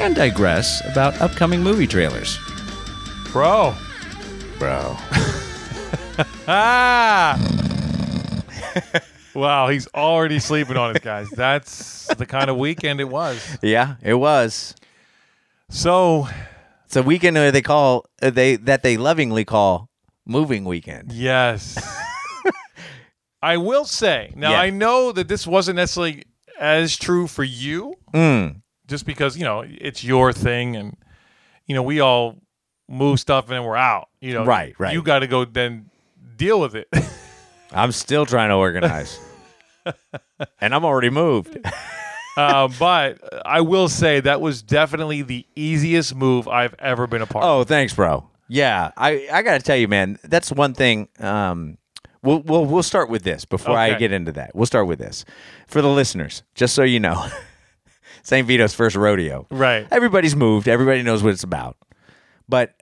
and digress about upcoming movie trailers. Bro, Bro. ah! wow, he's already sleeping on us, guys. That's the kind of weekend it was. Yeah, it was. So, It's a weekend that they call uh, they that they lovingly call moving weekend. yes. I will say, now Yeah. I know that this wasn't necessarily as true for you, Mm. just because, you know, it's your thing and, you know, we all move stuff and then we're out. You know, Right, right. You got to go then deal with it. I'm still trying to organize. and I'm already moved. uh, but I will say that was definitely the easiest move I've ever been a part. of. Oh, thanks, bro. Yeah, I, I gotta tell you, man, that's one thing. Um, we'll we'll we'll start with this before I Okay. get into that. We'll start with this for the listeners, just so you know. Saint Vito's first rodeo. right. Everybody's moved. Everybody knows what it's about. But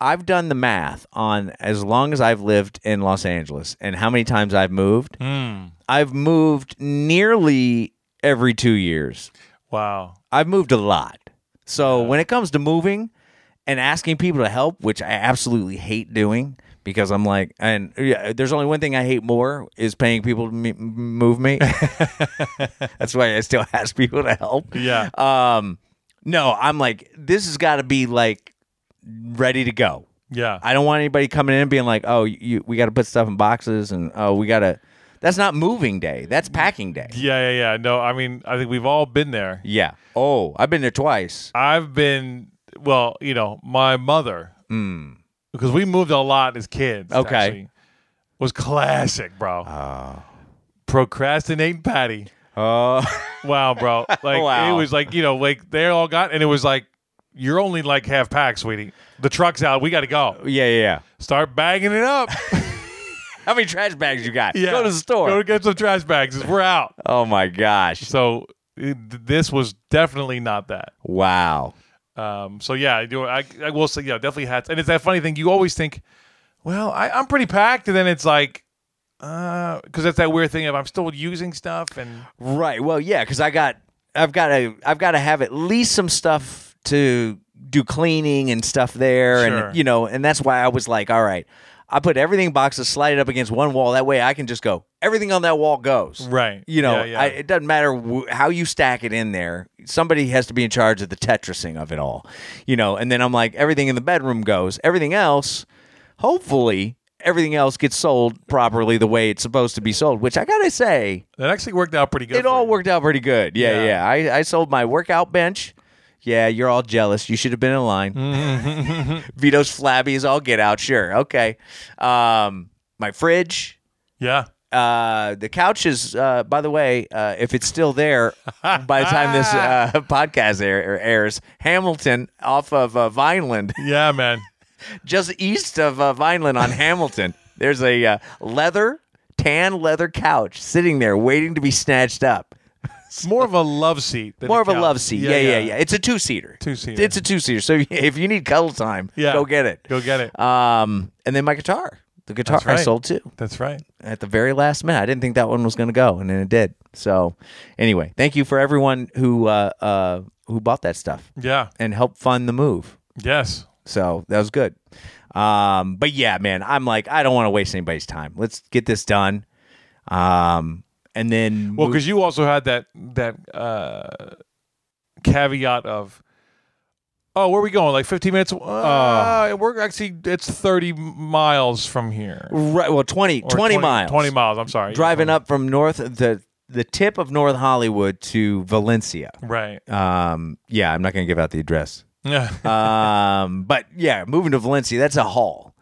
I've done the math on as long as I've lived in Los Angeles and how many times I've moved. I've moved nearly every two years. Wow. I've moved a lot. So when it comes to moving and asking people to help, which I absolutely hate doing because I'm like, and yeah, there's only one thing I hate more is paying people to me- move me. That's why I still ask people to help. Yeah. Um, no, I'm like, this has got to be like ready to go. Yeah. I don't want anybody coming in and being like, oh, you, we got to put stuff in boxes and oh, we got to. That's not moving day. That's packing day. yeah. Yeah. Yeah. No, I mean, I think we've all been there. Yeah. Oh, I've been there twice. I've been, well, you know, my mother, because we moved a lot as kids. Hmm. Okay. Ah. actually, was classic, bro. Procrastinating Patty. Oh. Wow, bro. Like Wow. it was like you know, like they all got, and it was like you're only like half packed, sweetie. The truck's out. We got to go. Yeah, yeah, yeah. Start bagging it up. How many trash bags you got? Go to the store. Go to get some trash bags. 'cause We're out. oh my gosh. So it, this was definitely not that. Wow. Um, so yeah, I do. I, I will say, yeah, definitely hats. And it's that funny thing. You always think, well, I, I'm pretty packed, and then it's like, because that's that weird thing of I'm still using stuff, and Right. Well, yeah, cuz I got I've got to I've got to have at least some stuff to do cleaning and stuff there Sure. and you know, and that's why I was like, all right. I put everything in boxes, slide it up against one wall. That way I can just go. Everything on that wall goes. Right. You know, Yeah, yeah. I, it doesn't matter w- how you stack it in there. Somebody has to be in charge of the Tetrising of it all. You know, and then I'm like, everything in the bedroom goes. Everything else, hopefully, everything else gets sold properly the way it's supposed to be sold, which I got to say, that actually worked out pretty good. it for all you. worked out pretty good. Yeah, yeah. I, I sold my workout bench. Yeah, you're all jealous. You should have been in line. Vito's flabby as all get out. Sure. Okay. Um, my fridge. Yeah. Uh, the couch is, uh, by the way, uh, if it's still there by the time this uh, podcast air, er, airs, Hamilton off of uh, Vineland, Yeah, man. just east of uh, Vineland on Hamilton, there's a uh, leather, tan leather couch sitting there waiting to be snatched up. It's more of a love seat. Than More of a couch. love seat. Yeah, yeah, yeah. It's a two seater. Two-seater. It's a two seater. So if you need cuddle time, Yeah. go get it. Go get it. Um, and then my guitar. The guitar That's right. I sold too That's right. at the very last minute. I didn't think that one was going to go, and then it did. So anyway, thank you for everyone who uh, uh, who bought that stuff Yeah. and helped fund the move. Yes. So that was good. Um, but yeah, man, I'm like, I don't want to waste anybody's time. Let's get this done. Um, and then Well, move- because you also had that that uh, caveat of, oh, where are we going? Like 15 minutes? Uh, we're actually it's 30 miles from here. right, well, 20, Or 20 miles, 20 miles. I'm sorry. driving up from north the the tip of North Hollywood to Valencia. Right. Um, yeah, I'm not going to give out the address. Yeah. um, but yeah, moving to Valencia, that's a haul.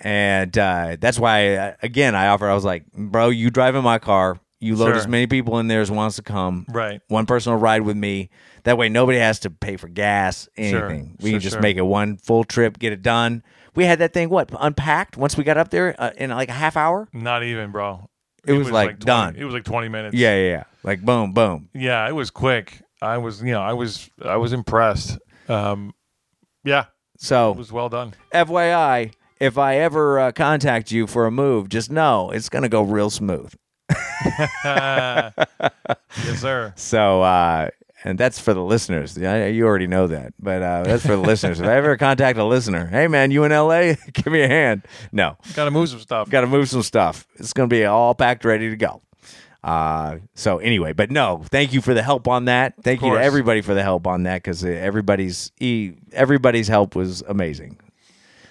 And uh, that's why, uh, again, I offered, I was like, bro, you driving my car. You load Sure. as many people in there as wants to come. Right. One person will ride with me. That way, nobody has to pay for gas, Sure. anything. We Sure, can just sure. make it one full trip, get it done. We had that thing, what, unpacked once we got up there uh, in like a half hour? Not even, bro. It was, like, 20 done. It was like 20 minutes. yeah, yeah, yeah. Like boom, boom. Yeah, it was quick. I was, you know, I was, I was impressed. Um, yeah, So it was well done. FYI, if I ever uh, contact you for a move, just know it's going to go real smooth. Yes, sir. So, uh, and that's for the listeners. Yeah, You already know that, but uh, that's for the listeners. If I ever contact a listener, hey man, you in LA? Give me a hand. No, Got to move some stuff. got to move some stuff. It's going to be all packed, ready to go. Uh, so anyway, but no, thank you for the help on that. Thank you to course. everybody for the help on that because everybody's e- everybody's help was amazing.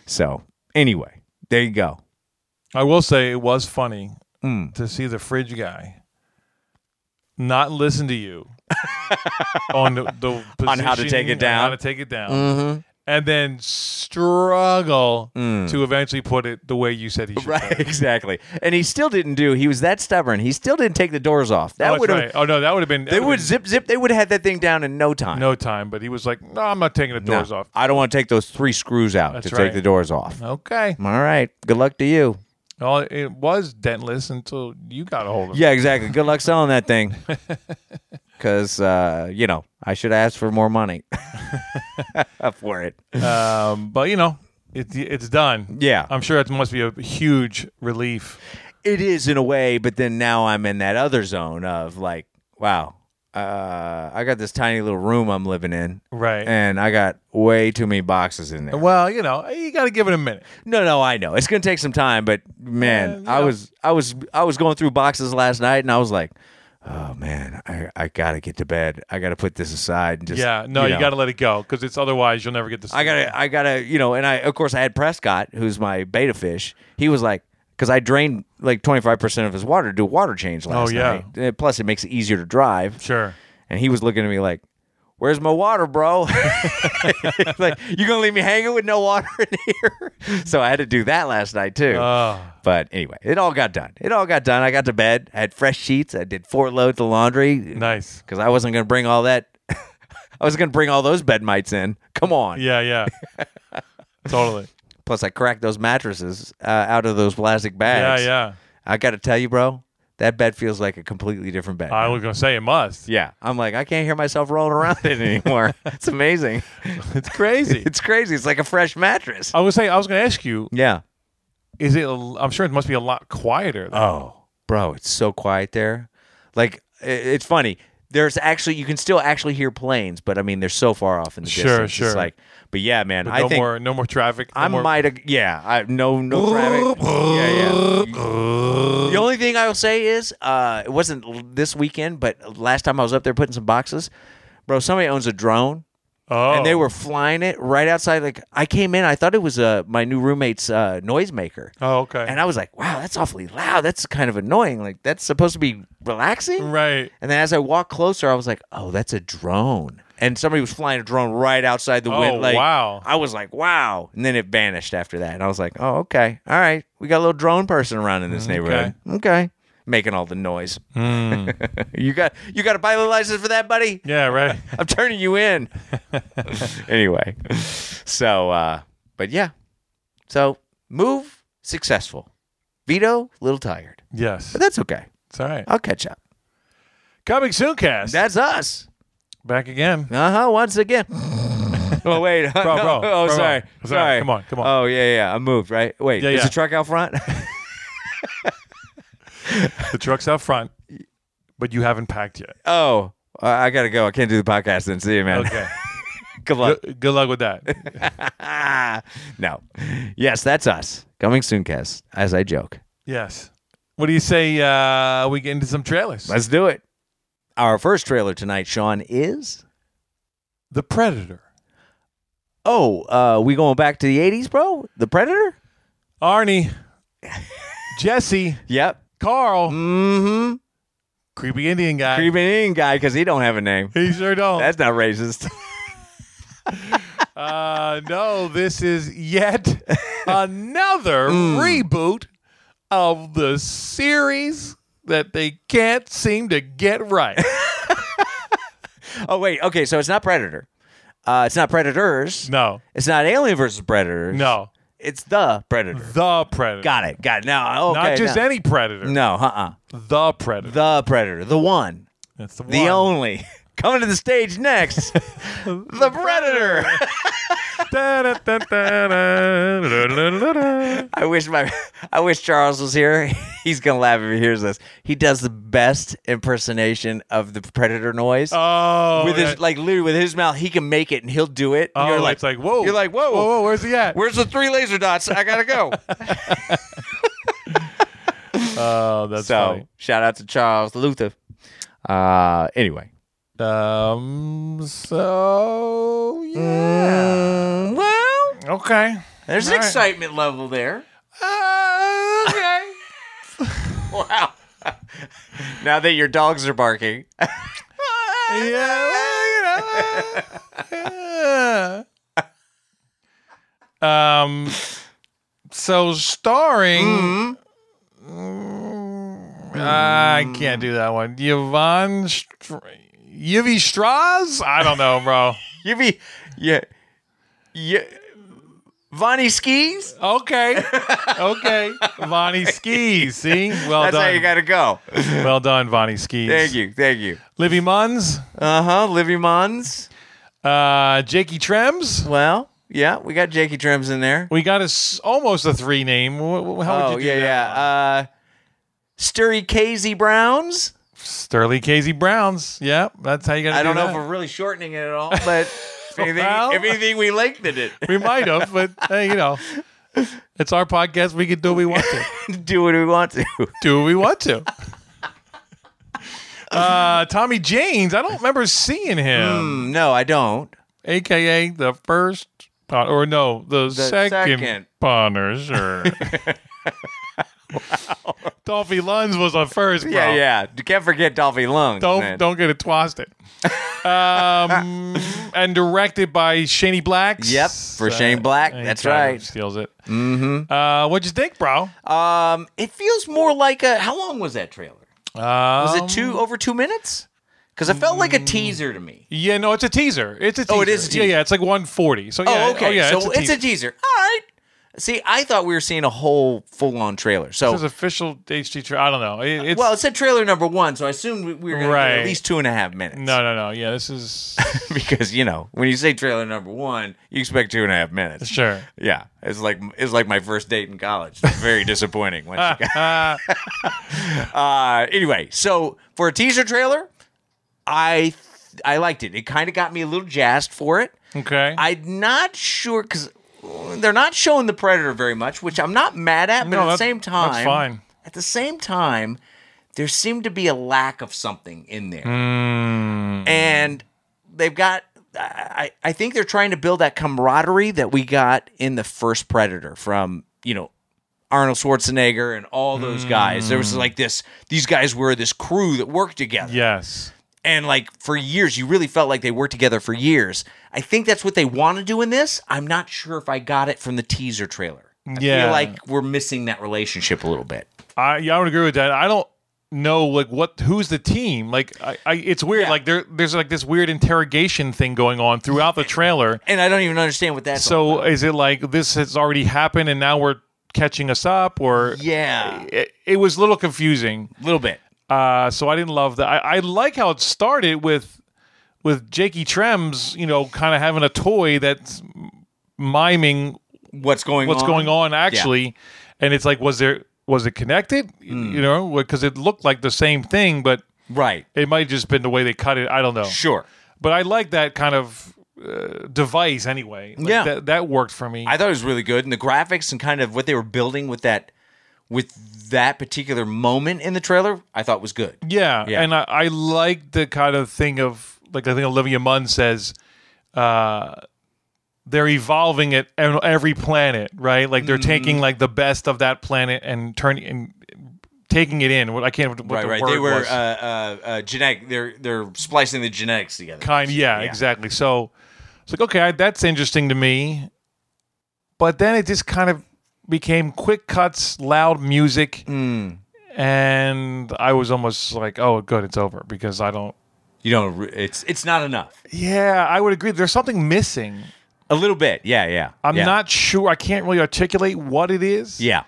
So anyway, there you go. I will say it was funny Hmm. to see the fridge guy not listen to you on the, the On how to take it positioning and how down. Mm-hmm. to take it down, and then struggle to eventually put it the way you said he should. put Hmm. Right, it. exactly. And he still didn't do. He was that stubborn. He still didn't take the doors off. Oh, That that's would have. right. Oh no, that would have been. that They would've would been zip zip. They would have had that thing down in no time. no time, but he was like, "No, I'm not taking the No. doors off." I don't want to take those three screws out That's to right. take the doors off. Okay. All right. Good luck to you. Well, it was dentless until you got a hold of it. Yeah, exactly. Good luck selling that thing. Because uh, you know, I should ask for more money for it. Um, but you know, it, it's done. Yeah. I'm sure it must be a huge relief. It is in a way, but then now I'm in that other zone of like, wow, uh, I got this tiny little room I'm living in, Right. and I got way too many boxes in there. Well, you know, you got to give it a minute. No, no, I know it's gonna take some time, but man, Yeah, I yeah. was, I was, I was going through boxes last night, and I was like, oh man, I, I gotta get to bed. I gotta put this aside and just, Yeah, no, you, know. got to let it go because it's otherwise you'll never get this. I gotta, I gotta, you know, and I, of course, I had Prescott, who's my beta fish. He was like, because I drained like twenty five percent of his water to do a water change last Oh, yeah. night. Uh, Plus, it makes it easier to drive. Sure. And he was looking at me like, "Where's my water, bro? like, you gonna leave me hanging with no water in here?" So I had to do that last night too. Uh. Oh, But anyway, it all got done. It all got done. I got to bed. I had fresh sheets. I did four loads of laundry. Nice. Because I wasn't gonna bring all that. I was gonna bring all those bed mites in. Come on. Yeah, yeah. totally. Plus, I cracked those mattresses uh, out of those plastic Yeah, bags. yeah. I got to tell you, bro, that bed feels like a completely different bed. I was gonna say it must. yeah, I'm like, I can't hear myself rolling around in it anymore. it's amazing. It's crazy. It's crazy. It's like a fresh mattress. I was say I was gonna ask you. Yeah. Is it? a- I'm sure it must be a lot quieter. Than, Oh, bro, it's so quiet there. Like, i- it's funny. There's actually you can still actually hear planes, but I mean they're so far off in the Sure, distance. sure. It's like, but yeah, man, But I no think more. No more traffic. no I more- might have. Yeah, I no no traffic. yeah, yeah. The only thing I will say is, uh, it wasn't l- this weekend, but last time I was up there putting some boxes, bro. Somebody owns a drone, Oh. and they were flying it right outside. Like I came in, I thought it was uh, my new roommate's uh, noisemaker. Oh, okay. And I was like, wow, that's awfully loud. That's kind of annoying. Like, that's supposed to be relaxing. right. And then as I walked closer, I was like, oh, that's a drone. And somebody was flying a drone right outside the Oh, window. Like, wow. I was like, wow. And then it vanished after that. And I was like, oh, okay. All right. We got a little drone person around in this neighborhood. Okay. Making all the noise. Hmm. you got you got a pilot license for that, buddy? Yeah. Right. I'm turning you in. anyway. So uh but yeah. So move successful. Vito, little tired. yes. But that's okay. It's all right. I'll catch up. Coming soon, cast. That's us. Back again. Uh-huh. Once again. oh wait. Bro, bro, oh bro, bro. sorry. Sorry, Sorry. come on, come on. Oh yeah, yeah. I moved, right? Wait, Yeah, is yeah. the truck out front? The truck's out front, but you haven't packed yet. oh. I I gotta go. I can't do the podcast then. See you, man. Okay. Good luck. good, good luck with that. no. Yes, that's us. Coming soon, Kes, as I joke. Yes. What do you say uh, we get into some trailers? Let's do it. Our first trailer tonight, Sean, is the Predator. oh, uh, we going back to the '80s, bro? The Predator? Arnie, Jesse, Yep. Carl, Mm-hmm. creepy Indian guy. Creeping in guy because he don't have a name. He sure don't. That's not racist. uh, no, this is yet Hmm. another reboot of the series that they can't seem to get right. Oh wait, okay, so it's not Predator. Uh, it's not Predators. No, It's not Alien versus Predators. no, It's the Predator. the predator. Got it. Got it. Now, okay. Not just now- any predator. No, uh-uh. The predator. The Predator. The one. That's the, The one. only. Coming to the stage next. the Predator. Da-da-da-da-da-da-da-da-da. I wish my I wish Charles was here. He's gonna laugh if he hears this. He does the best impersonation of the Predator noise. Oh, with yeah. his like literally with his mouth, he can make it and he'll do it. oh, you're like, it's like whoa. You're like, whoa, whoa, whoa where's he at? Where's the three laser dots? I gotta go. Oh, that's so shout out to Charles Luther. Uh, anyway, funny. Um. So yeah. Mm, well, Okay. there's an All right. excitement level there. Uh, okay. Wow. now that your dogs are barking, yeah. Well, you know. uh, yeah. um. So starring. Mm-hmm. Mm, I can't do that one. Yvonne. Str- Yvi Straws? I don't know, bro. you be yeah, yeah. Vonnie skis. Okay. Okay. Vonnie Skis. See? Well That's done. how you gotta go. well done, Vonnie Skis. thank you, thank you. Livy Munns, Uh Uh-huh, huh. Livy Mons. uh, Jakey Trems. Well, yeah, we got Jakey Trims in there. We got a s almost a three name. Wh- wh- How Oh would you do yeah, that? yeah. Uh, Sturry Casey Browns. Sterling Casey Browns. Yeah, that's how you got to I don't know if that. we're really shortening it at all, but if anything, Well- if anything we lengthened it. we might have, but hey, you know, it's our podcast. We can do what we want to. Do what we want to. Do what we want to. Uh, Tommy James. I don't remember seeing him, Mm, no, I don't. aka the first pun- or no, the, second, second. punisher. Dolphy Lunds was on first, bro. Yeah, yeah. You Can't forget Dolphy Lung. Don't don't get it twisted. um, and directed by Shaney Blacks. Yep, for Shane Black. he That's kind of right. Steals it. Mm-hmm. Uh, what'd you think, bro? Um, it feels more like a. How long was that trailer? Was Um, mm, it two over two minutes? Because it felt like a teaser to me. Yeah, no, it's a teaser. It's a teaser. Oh, it is a Yeah, teaser. yeah, it's like 140. So yeah, oh, okay. yeah, so it's a, teaser. All right. See, I thought we were seeing a whole full on trailer. So This is official HD trailer. I don't know. It- it's, well, it said trailer number one, so I assumed we- we were going to Right. get at least two and a half minutes. no, no, no. Yeah, this is because you know when you say trailer number one, you expect two and a half minutes. sure. Yeah, it's like it's like my first date in college. It's very disappointing. Once you got- Uh, uh, anyway, so for a teaser trailer, I I liked it. It kind of got me a little jazzed for it. okay. I'm not sure because they're not showing the predator very much, which I'm not mad at. But No, at the that- same that's time, fine. At the same time, there seemed to be a lack of something in there, Hmm. and they've got. I I think they're trying to build that camaraderie that we got in the first Predator from you know Arnold Schwarzenegger and all those guys. There Hmm. was like this. These guys were this crew that worked together yes. and like for years you really felt like they worked together for years i think that's what they want to do in this i'm not sure if i got it from the teaser trailer I Yeah. feel like we're missing that relationship a little bit I yeah, I would agree with that. I don't know like what who's the team. Like I, I it's weird. Yeah. Like there there's like this weird interrogation thing going on throughout the trailer. and i don't even understand what that's all So about. is it like this has already happened and now we're catching us up or yeah it, it was a little confusing. a little bit Uh, so I didn't love that. I, I like how it started with with Jakey Trems, you know, kind of having a toy that's miming what's going what's on going on actually and it's like was there was it connected Hmm. you know because it looked like the same thing but right it might have just been the way they cut it i don't know sure but i like that kind of uh, device anyway Like, Yeah. that, that worked for me i thought it was really good and the graphics and kind of what they were building with that with that particular moment in the trailer i thought was good yeah. Yeah. and I, I like the kind of thing of like i think olivia munn says uh they're evolving at ev- every planet right like they're Mm-hmm. taking like the best of that planet and turning and taking it in what i can't what right the right word they were was. uh, uh, uh, genetic they're they're splicing the genetics together kind yeah, Yeah. exactly so it's like okay I, that's interesting to me but then it just kind of became quick cuts loud music and I was almost like, "Oh, good, it's over," because I don't. You don't. re- It's it's not enough. Yeah, I would agree. There's something missing. A little bit. Yeah, yeah. I'm yeah. not sure. I can't really articulate what it is. Yeah.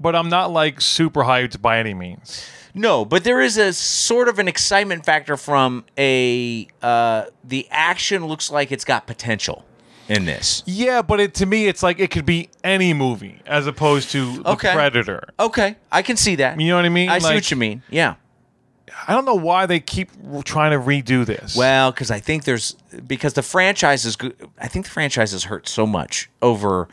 but I'm not like super hyped by any means. No, but there is a sort of an excitement factor from a uh, the action looks like it's got potential in this. Yeah, but it to me, it's like it could be any movie as opposed to The Okay. Predator. Okay, I can see that. You know what I mean? I see Like- what you mean. Yeah. I don't know why they keep trying to redo this. Well, because I think there's because the franchise is go- I think the franchise is hurt so much over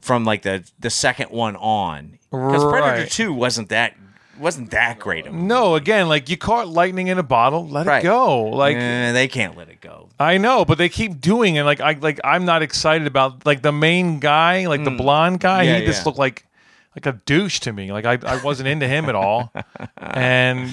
from like the the second one on because Predator Right. Two wasn't that wasn't that great. Of a no, again, like you caught lightning in a bottle, let Right. it go. Like Eh, they can't let it go. I know, but they keep doing it. Like I like I'm not excited about like the main guy, like the blonde guy. Hmm. Yeah, he just yeah. looked like like a douche to me. Like I, I wasn't into him at all. And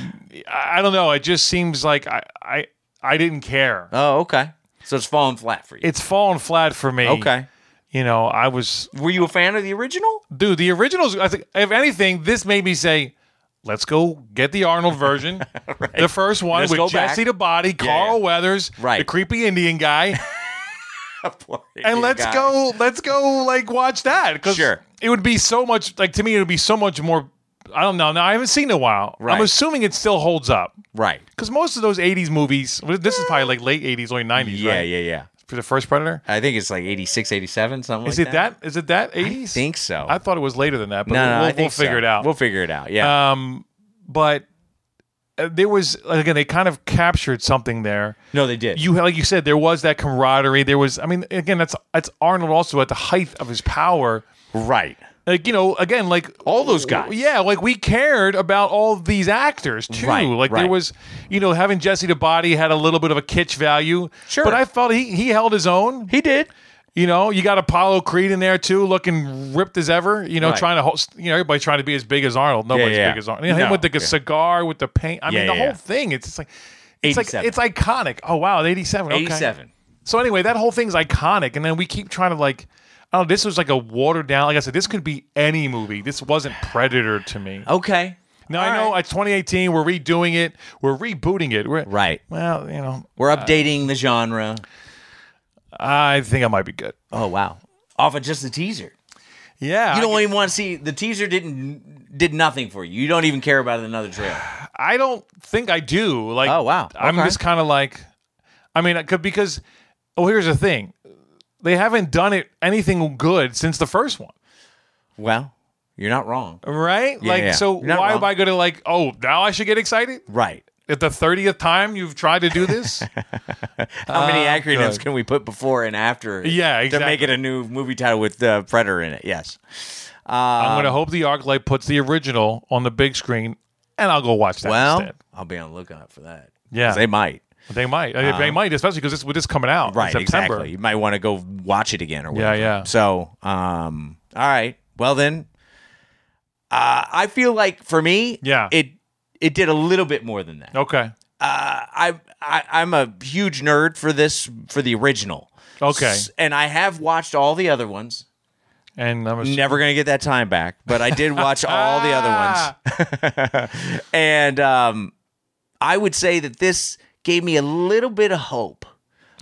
I, I don't know. It just seems like I I, I didn't care. Oh, okay. So it's falling flat for you. It's fallen flat for me. okay. You know, I was Were you a fan of the original? dude. The originals. I think if anything, this made me say. Let's go get the Arnold version, the first one Let's go with back. Jesse the Body, Carl yeah. Weathers, Right. the creepy Indian guy, and let's Guy. go let's go like watch that because Sure. it would be so much like to me it would be so much more i don't know now i haven't seen it in a while Right. i'm assuming it still holds up Right. because most of those 80s movies well, this is probably like late 80s early 90s Yeah, right yeah, yeah. for the first predator I think it's like 86, 87, something is like it that. that is it that 80s i think so. i thought it was later than that but No, no, we'll, I we'll think so. figure it out We'll figure it out. Yeah. um but uh, there was again they kind of captured something there no, they did. you like you said there was that camaraderie there was i mean again that's that's arnold also at the height of his power right. like you know again like All those guys. yeah like we cared about all these actors too Right, like right. there was you know having jesse the body had a little bit of a kitsch value Sure. but i felt he he held his own He did. you know you got apollo creed in there too looking ripped as ever you know Right. trying to host, you know everybody trying to be as big as arnold nobody's yeah. big as arnold you know, him No, with the yeah. cigar with the paint i Yeah, mean the yeah, whole yeah. thing it's just like it's like 87. it's iconic oh wow 87 okay. 87. So anyway, that whole thing's iconic, and then we keep trying to like, I don't know. This was like a watered down. Like I said, this could be any movie. This wasn't Predator to me. Okay. now I know it's 2018. We're redoing it. We're rebooting it. We're, Right. Well, you know, We're updating the genre. I think I might be good. Oh, wow. Off of just the teaser. Yeah. You I- don't even want to see the teaser didn't did nothing for you. You don't even care about another trailer. I don't think I do. Like, Oh, wow. I'm Okay. just kind of like, I mean, I could- because oh, here's the thing, they haven't done it anything good since the first one. Well, you're not wrong. Right, like yeah. so. You're not Why wrong. am I going to like? Oh, now I should get excited. Right. at the 30th time you've tried to do this How many acronyms Uh, good. can we put before and after? To Yeah, make exactly. it a new movie title with uh, Predator in it. Yes. i'm Um, going to hope the arc light puts the original on the big screen and i'll go watch that Well, instead. I'll be on the lookout for that. 'Cause Yeah. they might. they might I mean, they might especially because this with this coming out um, Right, in september exactly. You might want to go watch it again or Yeah, whatever. yeah. So, um, all right. Well then, uh, I feel like for me, Yeah. it it did a little bit more than that. okay Uh, I, I I'm a huge nerd for this for the original. Okay. S- and I have watched all the other ones. and i'm ass- Never gonna get that time back, but I did watch all the other ones. and um, I would say that this gave me a little bit of hope.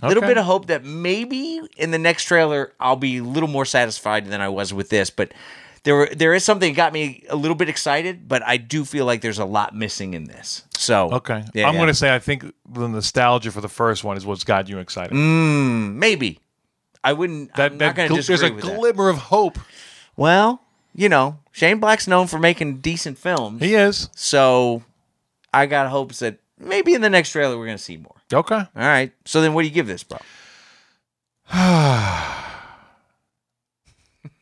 A little Okay. bit of hope that maybe in the next trailer I'll be a little more satisfied than I was with this. But there were, there is something that got me a little bit excited, but I do feel like there's a lot missing in this. So okay yeah, i'm yeah. going to say i think the nostalgia for the first one is what's got you excited maybe. I wouldn't Mm, that, I'm that not gonna gl- disagree there's a with that. glimmer of hope Well, you know, Shane Black's known for making decent films. he is So I got hopes that maybe in the next trailer we're going to see more. okay All right. So then what do you give this, bro?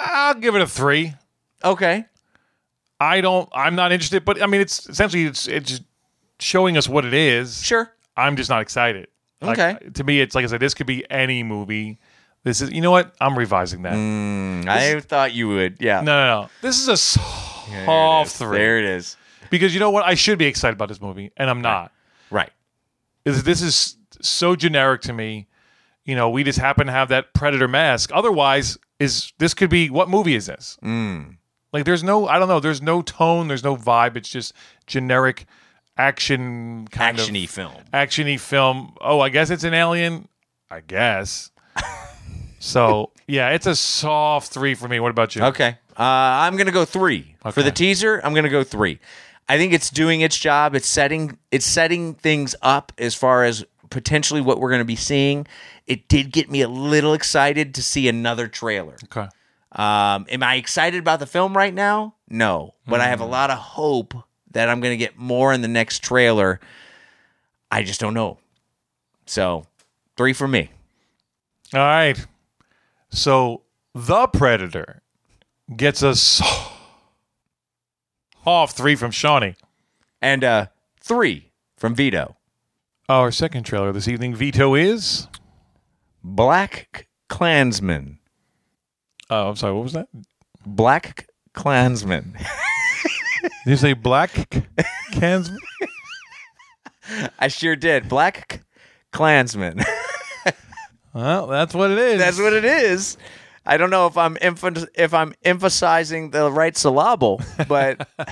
i'll give it a three Okay. i don't i'm not interested but i mean it's essentially it's it's showing us what it is Sure. I'm just not excited. Like, Okay. To me, it's like I said, this could be any movie. This is, you know what? I'm revising that. Mm. I thought you would. Yeah. No, no, no. This is a There it soft is. three. There it is. Because you know what? I should be excited about this movie, and I'm not. Right. Is This is so generic to me. You know, we Mm. just happen to have that predator mask. Otherwise, is this could be what movie is this? Like Like there's no I don't know, there's no tone, there's no vibe. It's just generic action kind Action-y of film. Actiony film. Oh, I guess it's an alien. I guess. so yeah, it's a soft three for me. What about you? Okay. Uh, I'm going to go three for Okay. the teaser. I'm going to go three. I think it's doing its job. It's setting it's setting things up as far as potentially what we're going to be seeing. It did get me a little excited to see another trailer. Okay. Um, am I excited about the film right now? No, but I have a Mm. lot of hope that I'm going to get more in the next trailer. I just don't know. So, three for me. All right. So the Predator gets a off three from Shawnee. And uh, three from Vito. Our second trailer this evening, Veto is. Black Klansman. Oh, I'm sorry. What was that? Black Klansman. Did you say Black Cans? I sure did. Black Klansman. Well, that's what it is. That's what it is. I don't know if I'm emph- if I'm emphasizing the right syllable, but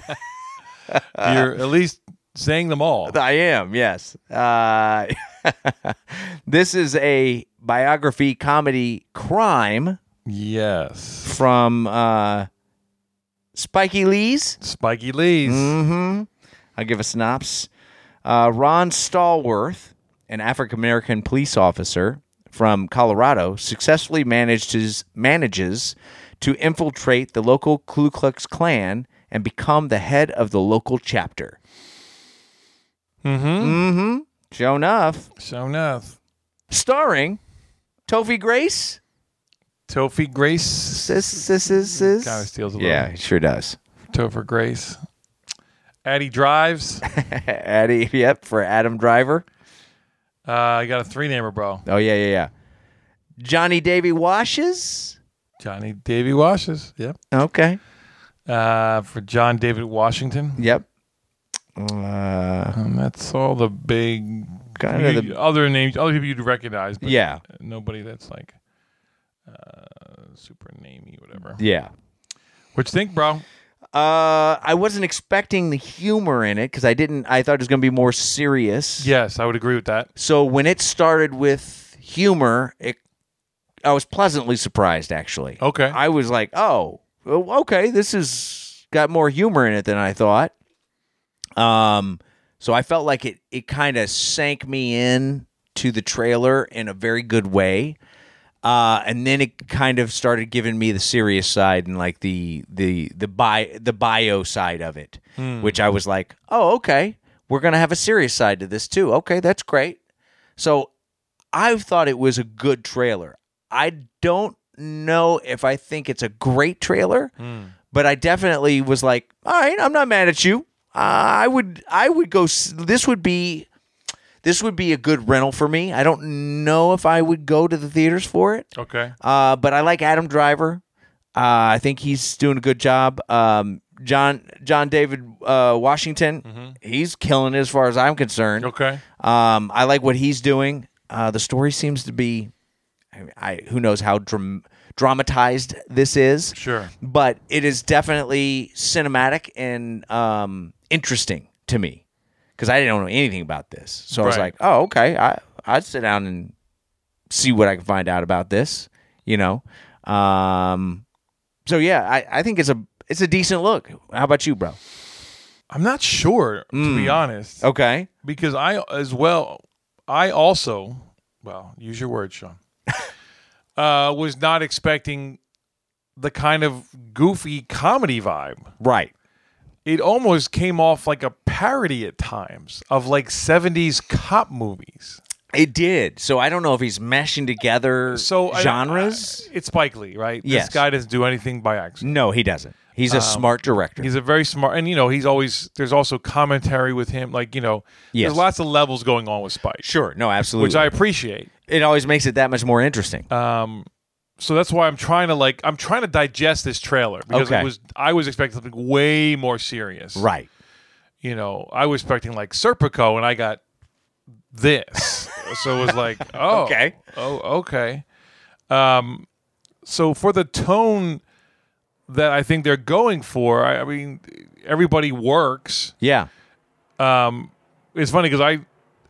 You're at least saying them all. I am. Yes. Uh, this is a biography comedy crime yes. from uh, Spikey Lee's. Spiky Lee's. Mm-hmm. I'll give a synopsis. Uh, Ron Stallworth, an African American police officer from Colorado, successfully managed his, manages to infiltrate the local Ku Klux Klan and become the head of the local chapter. Mm-hmm. Mm-hmm. Show enough. So enough. Starring Tofi Grace. Topher Grace. Sis, sis, sis, sis. Kinda steals a little. yeah, he sure does. Topher Grace. Addie drives. Addie, yep, for Adam Driver. Uh, I got a three namer, bro. Oh, yeah, yeah, yeah. Johnny Davy Washes. Johnny Davy washes. Yep. Okay. Uh, for John David Washington. Yep. Uh, Um, that's all the big kind of you- the other names, other people you'd recognize. But yeah, Nobody that's like uh, super namey, whatever. yeah. What you think, bro? Uh, I wasn't expecting the humor in it because I didn't. I thought it was going to be more serious. Yes, I would agree with that. So when it started with humor, it I was pleasantly surprised actually. Okay. I was like, oh, well, okay, this is got more humor in it than I thought. Um, so I felt like it it kind of sank me in to the trailer in a very good way. Uh, and then it kind of started giving me the serious side and like the the the bi the bio side of it, which I was like, oh, okay, we're gonna have a serious side to this too. Okay, that's great. So I thought it was a good trailer. I don't know if I think it's a great trailer, but I definitely was like, all right, I'm not mad at you. Uh, I would, I would go. s- This would be, this would be a good rental for me. I don't know if I would go to the theaters for it, Okay. uh, but I like Adam Driver. Uh, I think he's doing a good job. Um, John John David uh, Washington, he's killing it as far as I'm concerned. Okay. Um, I like what he's doing. Uh, the story seems to be, I, I who knows how dram- dramatized this is, Sure. but it is definitely cinematic and um, interesting to me because I didn't know anything about this. So I was Right. like, oh, okay, I I'd sit down and see what I can find out about this, you know. Um, so yeah, I, I think it's a it's a decent look. How about you, bro? I'm not sure to be honest, Okay, because I as well, I also, well, use your words, Sean. uh, was not expecting the kind of goofy comedy vibe. right. It almost came off like a parody at times of like 70s cop movies. It did. So I don't know if he's mashing together So I- genres. I- it's Spike Lee, right? Yes. This guy doesn't do anything by accident. no, he doesn't. He's a smart director. Um, He's a very smart, and you know, he's always there's also commentary with him. Like you know, Yes. there's lots of levels going on with Spike, sure. No, absolutely. which I Uh, appreciate. it always makes it that much more interesting. So that's why I'm trying to like I'm trying to digest this trailer because Okay. it was I was expecting something way more serious, right. You know, I was expecting like Serpico, and I got this, so it was like, oh, Okay. oh, okay. Um, so for the tone that I think they're going for. I, I mean, everybody works. Yeah. It's funny because I,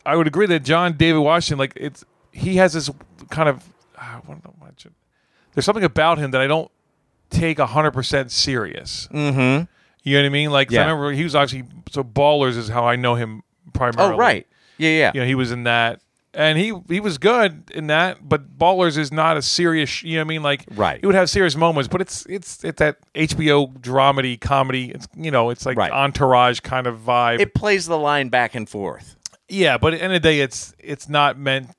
I would agree that John David Washington, like it's he has this kind of ah, I don't know much. There's something about him that I don't take hundred percent serious. Mm-hmm. You know what I mean? Like 'cause Yeah. I remember he was actually so Ballers is how I know him primarily. Oh, right. Yeah, yeah. you know he was in that and he he was good in that but ballers is not a serious sh- you know what i mean like Right. he would have serious moments but it's it's it's that hbo dramedy comedy it's you know it's like Right. entourage kind of vibe It plays the line back and forth. yeah but at the end of the day it's it's not meant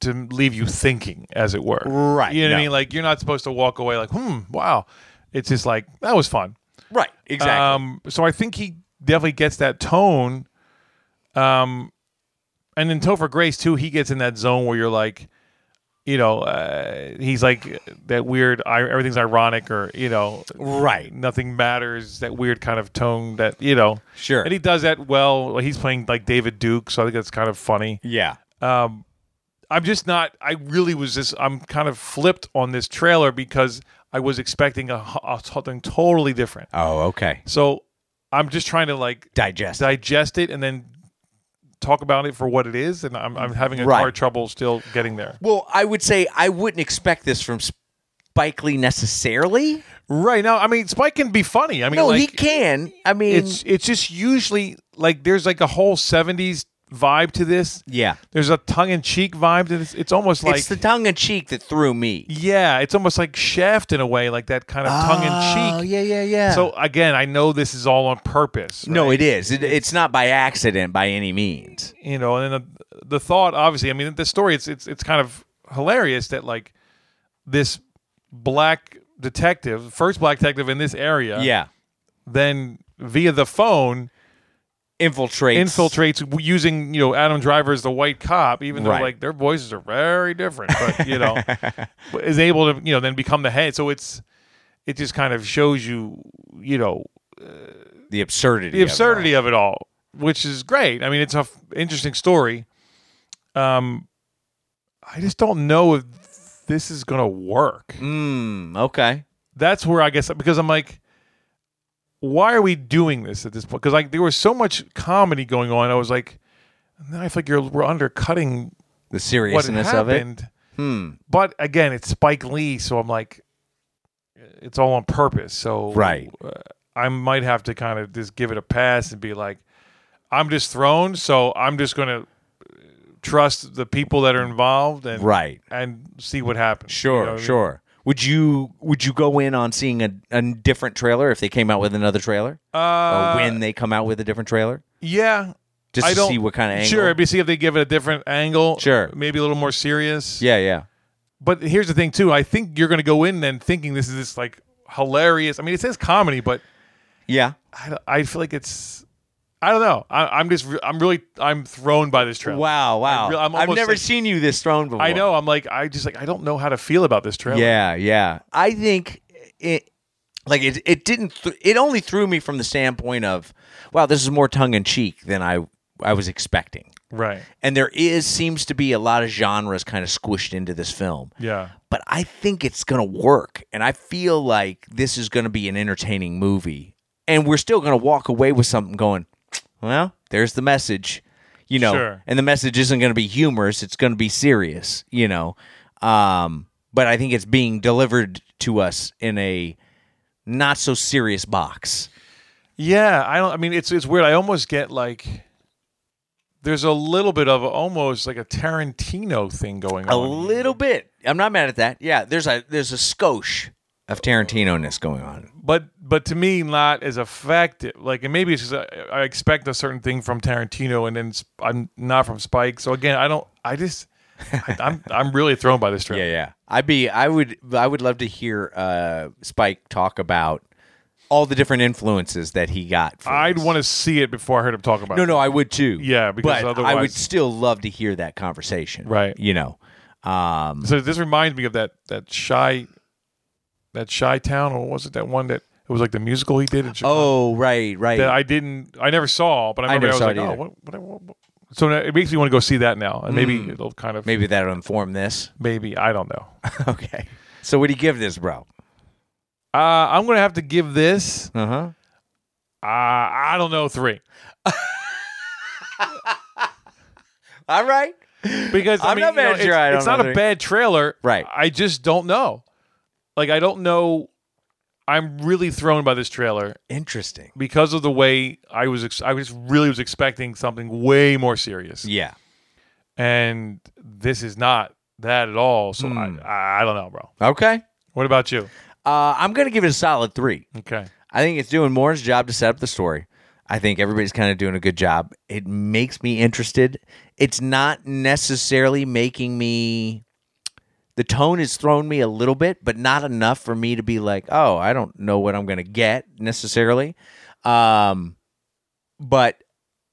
to leave you thinking as it were Right, you know what no. i mean like you're not supposed to walk away like hmm wow it's just like that was fun Right. Exactly. um, so I think he definitely gets that tone. Um, and in Topher Grace too, he gets in that zone where you're like, you know, uh, he's like that weird. I, everything's ironic, or you know, Right. Nothing matters. That weird kind of tone that you know, Sure. And he does that well. He's playing like David Duke, so I think that's kind of funny. yeah. I'm just not. I really was just. I'm kind of flipped on this trailer because I was expecting a, a something totally different. Oh, okay. So I'm just trying to like Digest. digest it and then talk about it for what it is and i'm, I'm having a Right. hard trouble still getting there well, I would say I wouldn't expect this from Spike Lee necessarily. right now i mean spike can be funny i mean No, like, he can. I mean, it's it's just usually like there's like a whole 70s vibe to this Yeah. there's a tongue-in-cheek vibe to this it's almost like it's the tongue in cheek that threw me. yeah it's almost like shaft in a way like that kind of Oh, tongue-in-cheek yeah, yeah, yeah. so again i know this is all on purpose right? no, it is. It, it's not by accident by any means. you know, and then the, the thought, obviously, I mean, the story, it's it's it's kind of hilarious that like this black detective, first black detective in this area, yeah. then via the phone Infiltrates. infiltrates w- using you know Adam Driver as the white cop, even though Right. like their voices are very different, but you know, but is able to you know then become the head. So it's it just kind of shows you you know the absurdity. the of it all. absurdity of it all, which is great. I mean, it's a f- interesting story. Um, I just don't know if this is gonna work. Mm, okay. That's where I guess because I'm like, why are we doing this at this point? Because like there was so much comedy going on, I was like, I feel like you're we're undercutting The what had seriousness of it. happened. Hmm. But again, it's Spike Lee, so I'm like, it's all on purpose. So Right. uh, I might have to kind of just give it a pass and be like, I'm just thrown, so I'm just gonna uh, trust the people that are involved and Right. and see what happens. You Sure, know what I mean? sure. Would you would you go in on seeing a, a different trailer if they came out with another trailer, Uh, or when they come out with a different trailer, Yeah. just I to don't see what kind of angle? Sure, it'd be see if they give it a different angle. Sure. Maybe a little more serious. yeah, yeah. But here's the thing too. I think you're gonna go in then thinking this is this like hilarious. I mean, it says comedy, but Yeah. I, don't- I feel like it's I don't know. I, I'm just re- I'm really I'm thrown by this trailer. Wow, wow. I real- I'm I've almost never like- seen you this thrown before. I know. I'm like I just like I don't know how to feel about this trailer. Yeah, yeah. I think it like it it didn't th- it only threw me from the standpoint of wow, this is more tongue in cheek than I I was expecting. Right. And there is seems to be a lot of genres kind of squished into this film. Yeah. But I think it's going to work and I feel like this is going to be an entertaining movie and we're still going to walk away with something going, well, there's the message, you know. Sure. And the message isn't going to be humorous, it's going to be serious, you know. Um but I think it's being delivered to us in a not so serious box. Yeah. I don't. I mean, it's it's weird. I almost get like there's a little bit of almost like a Tarantino thing going A on. little bit. I'm not mad at that. Yeah, there's a there's a skosh of Tarantino-ness going on. but but to me, not as effective. Like, and maybe it's just I, I expect a certain thing from Tarantino, and then sp- I'm not from Spike. So again, I don't. I just. I, I'm I'm really thrown by this trailer. Yeah, yeah. I'd be I would I would love to hear uh Spike talk about all the different influences that he got. for I'd this. want to see it before I heard him talk about No, it. no, I would too. Yeah, because but otherwise- I would still love to hear that conversation. Right. You know. Um So this reminds me of that that shy, that shy town, or what was it that one that it was like the musical he did in Chicago Oh, right, right. that I didn't, I never saw, but I I remember I, never was saw like, it oh, either. Mm. what, what, what, what- So now it makes me want to go see that now, and maybe it'll kind of Maybe that'll inform this. maybe I don't know. okay. So what do you give this, bro? Uh, I'm gonna have to give this. Uh huh. Uh, I don't know three All right. because I I'm mean, not you know, mad it's, you're right, I it's don't not know a three. bad trailer, Right. I just don't know. Like I don't know. I'm really thrown by this trailer Interesting. because of the way I was. Ex- I was really was expecting something way more serious. Yeah. and this is not that at all. So Hmm. I, I, I don't know, bro. Okay. What about you? Uh, I'm gonna give it a solid three. Okay, I think it's doing Moore's job to set up the story. I think everybody's kind of doing a good job. It makes me interested. It's not necessarily making me. The tone has thrown me a little bit, but not enough for me to be like, oh, I don't know what I'm going to get necessarily. Um, but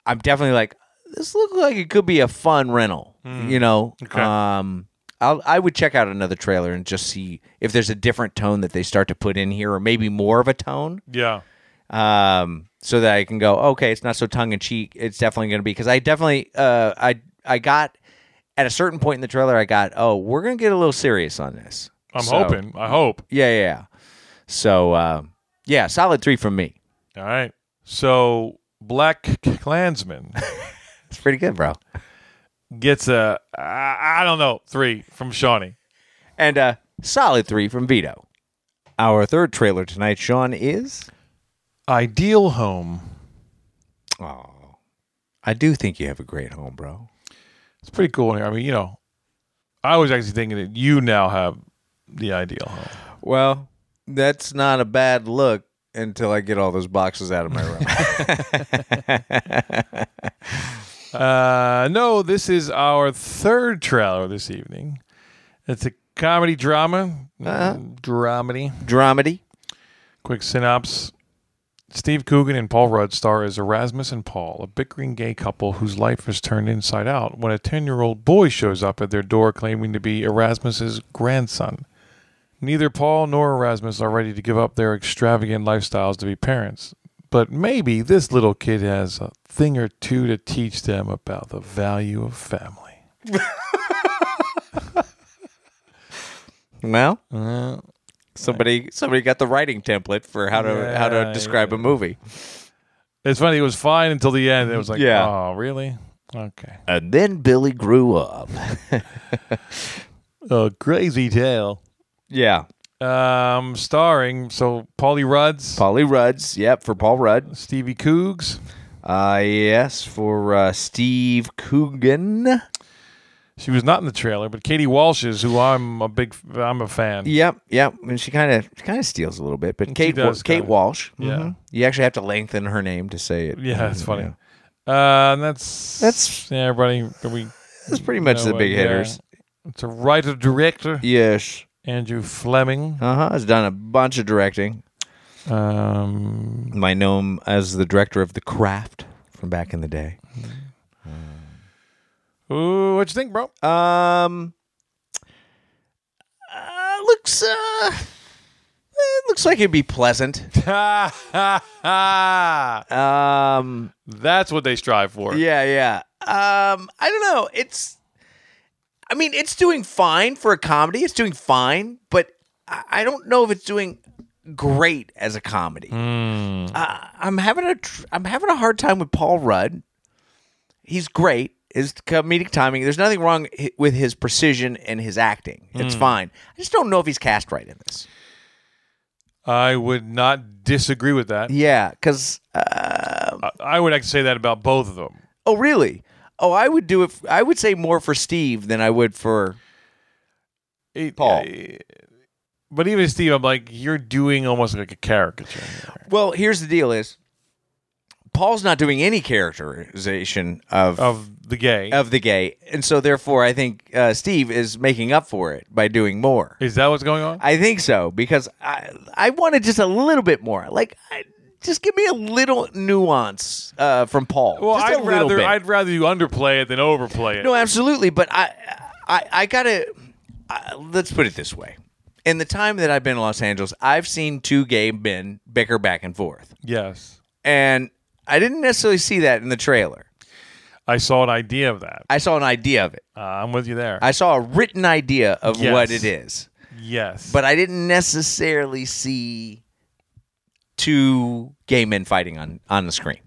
I'm definitely like, this looks like it could be a fun rental, you know? Okay. Um, I'll, I would check out another trailer and just see if there's a different tone that they start to put in here or maybe more of a tone yeah, um, so that I can go, okay, it's not so tongue in cheek. It's definitely going to be because I definitely, uh, I, I got at a certain point in the trailer, I got, oh, we're going to get a little serious on this. I'm So- hoping. I hope. Yeah, yeah. yeah. So, uh, yeah, solid three from me. All right. So Black Klansman It's pretty good, bro. gets a I, I don't know three from Shawnee. And uh, solid three from Vito. Our third trailer tonight, Sean, is. Ideal Home. Oh, I do think you have a great home, bro. It's pretty cool in here. I mean, you know, I was actually thinking that you now have the ideal home. Well, that's not a bad look until I get all those boxes out of my room. Uh, no, this is our third trailer this evening. It's a comedy drama, dramedy. Dramedy. Quick synopsis. Steve Coogan and Paul Rudd star as Erasmus and Paul, a bickering gay couple whose life is turned inside out when a 10 year old boy shows up at their door claiming to be Erasmus's grandson. Neither Paul nor Erasmus are ready to give up their extravagant lifestyles to be parents, but maybe this little kid has a thing or two to teach them about the value of family. Well, somebody somebody got the writing template for how to how to Yeah, describe a movie. It's funny, it was fine until the end. It was like, Yeah. oh, really? Okay. And then Billy grew up. A crazy tale. yeah, Um, starring so Paulie Rudd's, Polly Rudd's. Yep, for Paul Rudd. Stevie Coogs, Uh yes, for uh, Steve Coogan. she was not in the trailer, but Katie Walsh's, who I'm a big, I'm a fan. Yep, yep. And she kind of kind of steals a little bit, but Kate does Wa- Kate kinda. Walsh. Yeah. Mhm. you actually have to lengthen her name to say it. yeah, it's funny. Yeah. Uh, and that's That's- yeah, everybody. that We That's pretty much know, the big uh, yeah. hitters. It's a writer director Yes. Andrew Fleming. Uh huh. Has done a bunch of directing. Um, Might know him as the director of The Craft from back in the day. ooh, what you think, bro? Um, uh, looks uh, it looks like it'd be pleasant. Um, that's what they strive for. yeah, yeah. Um, I don't know. It's, I mean, it's doing fine for a comedy. It's doing fine, but I, I don't know if it's doing great as a comedy. Uh, I'm having a tr- I'm having a hard time with Paul Rudd. He's great. His comedic timing. There's nothing wrong hi- with his precision and his acting. It's fine. I just don't know if he's cast right in this. I would not disagree with that. Yeah, because I, I would actually say that about both of them. oh really? Oh, I would do it. f- I would say more for Steve than I would for It- Paul. But even Steve, I'm like, you're doing almost like a caricature. Well, here's the deal: is Paul's not doing any characterization of of, of the gay. the gay, and so therefore, I think uh, Steve is making up for it by doing more. Is that what's going on? I think so because I I wanted just a little bit more. Like, I, just give me a little nuance uh, from Paul. well, just a I'd little rather bit. I'd rather you underplay it than overplay it. No, absolutely. But I, I, I gotta. I, let's put it this way: in the time that I've been in Los Angeles, I've seen two gay men bicker back and forth, yes, and I didn't necessarily see that in the trailer. I saw an idea of that. I saw an idea of it. Uh, I'm with you there. I saw a written idea of Yes. what it is. Yes. but I didn't necessarily see two gay men fighting on on the screen.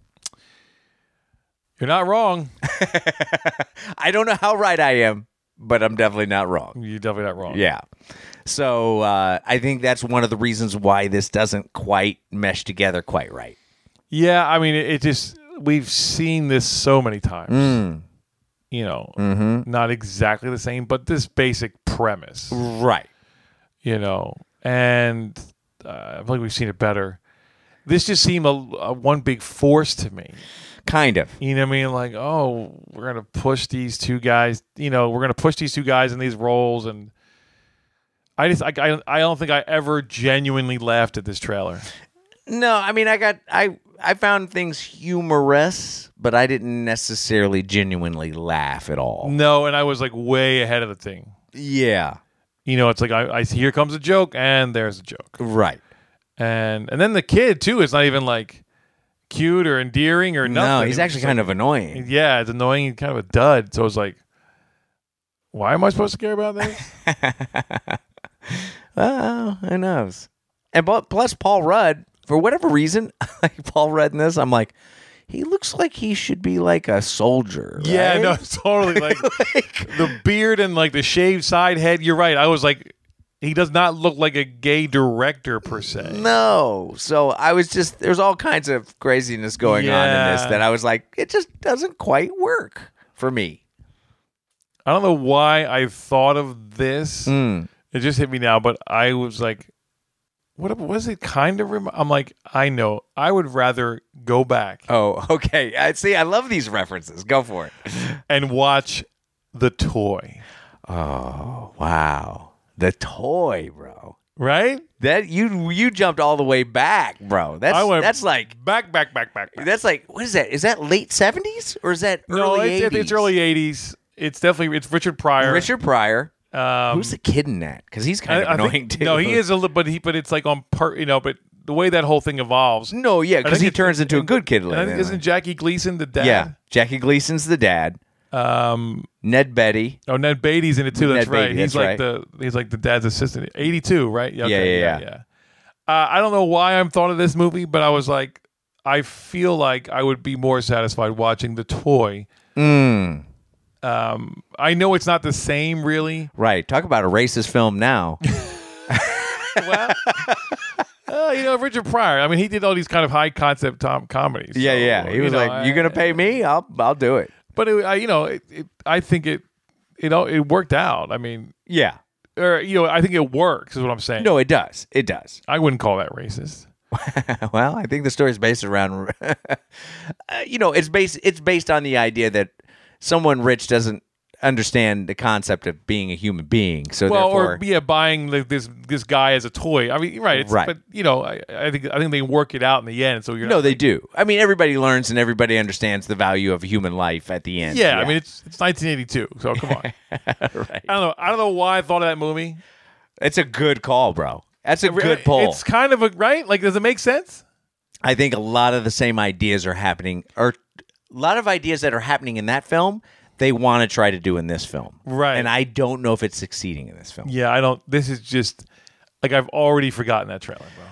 you're not wrong. I don't know how right I am, but I'm definitely not wrong. You're definitely not wrong. Yeah. So uh, I think that's one of the reasons why this doesn't quite mesh together quite right. Yeah, I mean, it, it just we've seen this so many times. Mm. You know, Mm-hmm. not exactly the same, but this basic premise, Right. you know, and uh, I feel like we've seen it better. This just seemed a, a one big force to me. Kind of. You know what I mean? Like, oh, we're gonna push these two guys. You know, we're gonna push these two guys in these roles, and I just, I, I, I don't think I ever genuinely laughed at this trailer. No, I mean I got I I found things humorous, but I didn't necessarily genuinely laugh at all. No, and I was like way ahead of the thing. Yeah. you know, it's like I, I here comes a joke and there's a joke, Right. and and then the kid too is not even like cute or endearing or nothing. No, he's actually kind of annoying. yeah, it's annoying and kind of a dud. So it's like, why am I supposed to care about this? Oh, who knows? And but plus Paul Rudd, for whatever reason, like Paul Rudd in this, I'm like, he looks like he should be like a soldier. Right? Yeah, no, totally. Like, the beard and like the shaved side head. You're right. I was like, he does not look like a gay director per se. No. So I was just there's all kinds of craziness going on in this Yeah. that I was like, it just doesn't quite work for me. I don't know why I thought of this. Mm. It just hit me now, but I was like, what was it kind of? Rem-? I'm like, I know. I would rather go back Oh, okay. I see. I love these references. Go for it. and watch The Toy, Oh, wow. The toy, bro. right? That you you jumped all the way back, bro. That's I went that's like back, back, back, back. back. That's like what is that? Is that late seventies or is that no, early it's, 80s? it's- it's early 80s. It's definitely it's Richard Pryor. Richard Pryor. um, Who's the kid in that? Because he's kind I- of I annoying think- too. No, he is a little, but he, but it's like on part, you know, but the way that whole thing evolves. No, yeah, I because think he it's- turns into a good kid And I later. think isn't Jackie Gleason the dad? yeah, Jackie Gleason's the dad. Um, Ned Betty. Oh, Ned Beatty's in it too. That's Ned right. Beatty, he's that's like right. the he's like the dad's assistant. Eighty two, right? yeah, yeah. Uh, I don't know why I'm thought of this movie, but I was like, I feel like I would be more satisfied watching the toy. Mm, Um, I know it's not the same, really. right. Talk about a racist film now. Well, uh, you know, Richard Pryor. I mean, he did all these kind of high concept tom- comedies. yeah, so, yeah. He you was know, like, "You gonna I- pay me? I'll I'll do it." But it, I, you know, it, it, I think it, it all it worked out. I mean, Yeah. or you know, I think it works. Is what I'm saying. No, it does. It does. I wouldn't call that racist. well, I think the story is based around, uh, you know, it's based it's based on the idea that someone rich doesn't understand the concept of being a human being. So well, therefore, or yeah, buying like, this this guy as a toy. I mean, right, it's, Right. But you know, I, I think I think they work it out in the end. So you're no, not, they do. I mean, everybody learns and everybody understands the value of human life at the end. yeah, I mean, it's it's 1982, so come on. I don't know. I don't know why I thought of that movie. it's a good call, bro. That's a good It- poll. It's kind of a right. Like, does it make sense? I think a lot of the same ideas are happening, or a lot of ideas that are happening in that film. They want to try to do in this film, Right. And I don't know if it's succeeding in this film. Yeah, I don't. This is just like I've already forgotten that trailer, bro.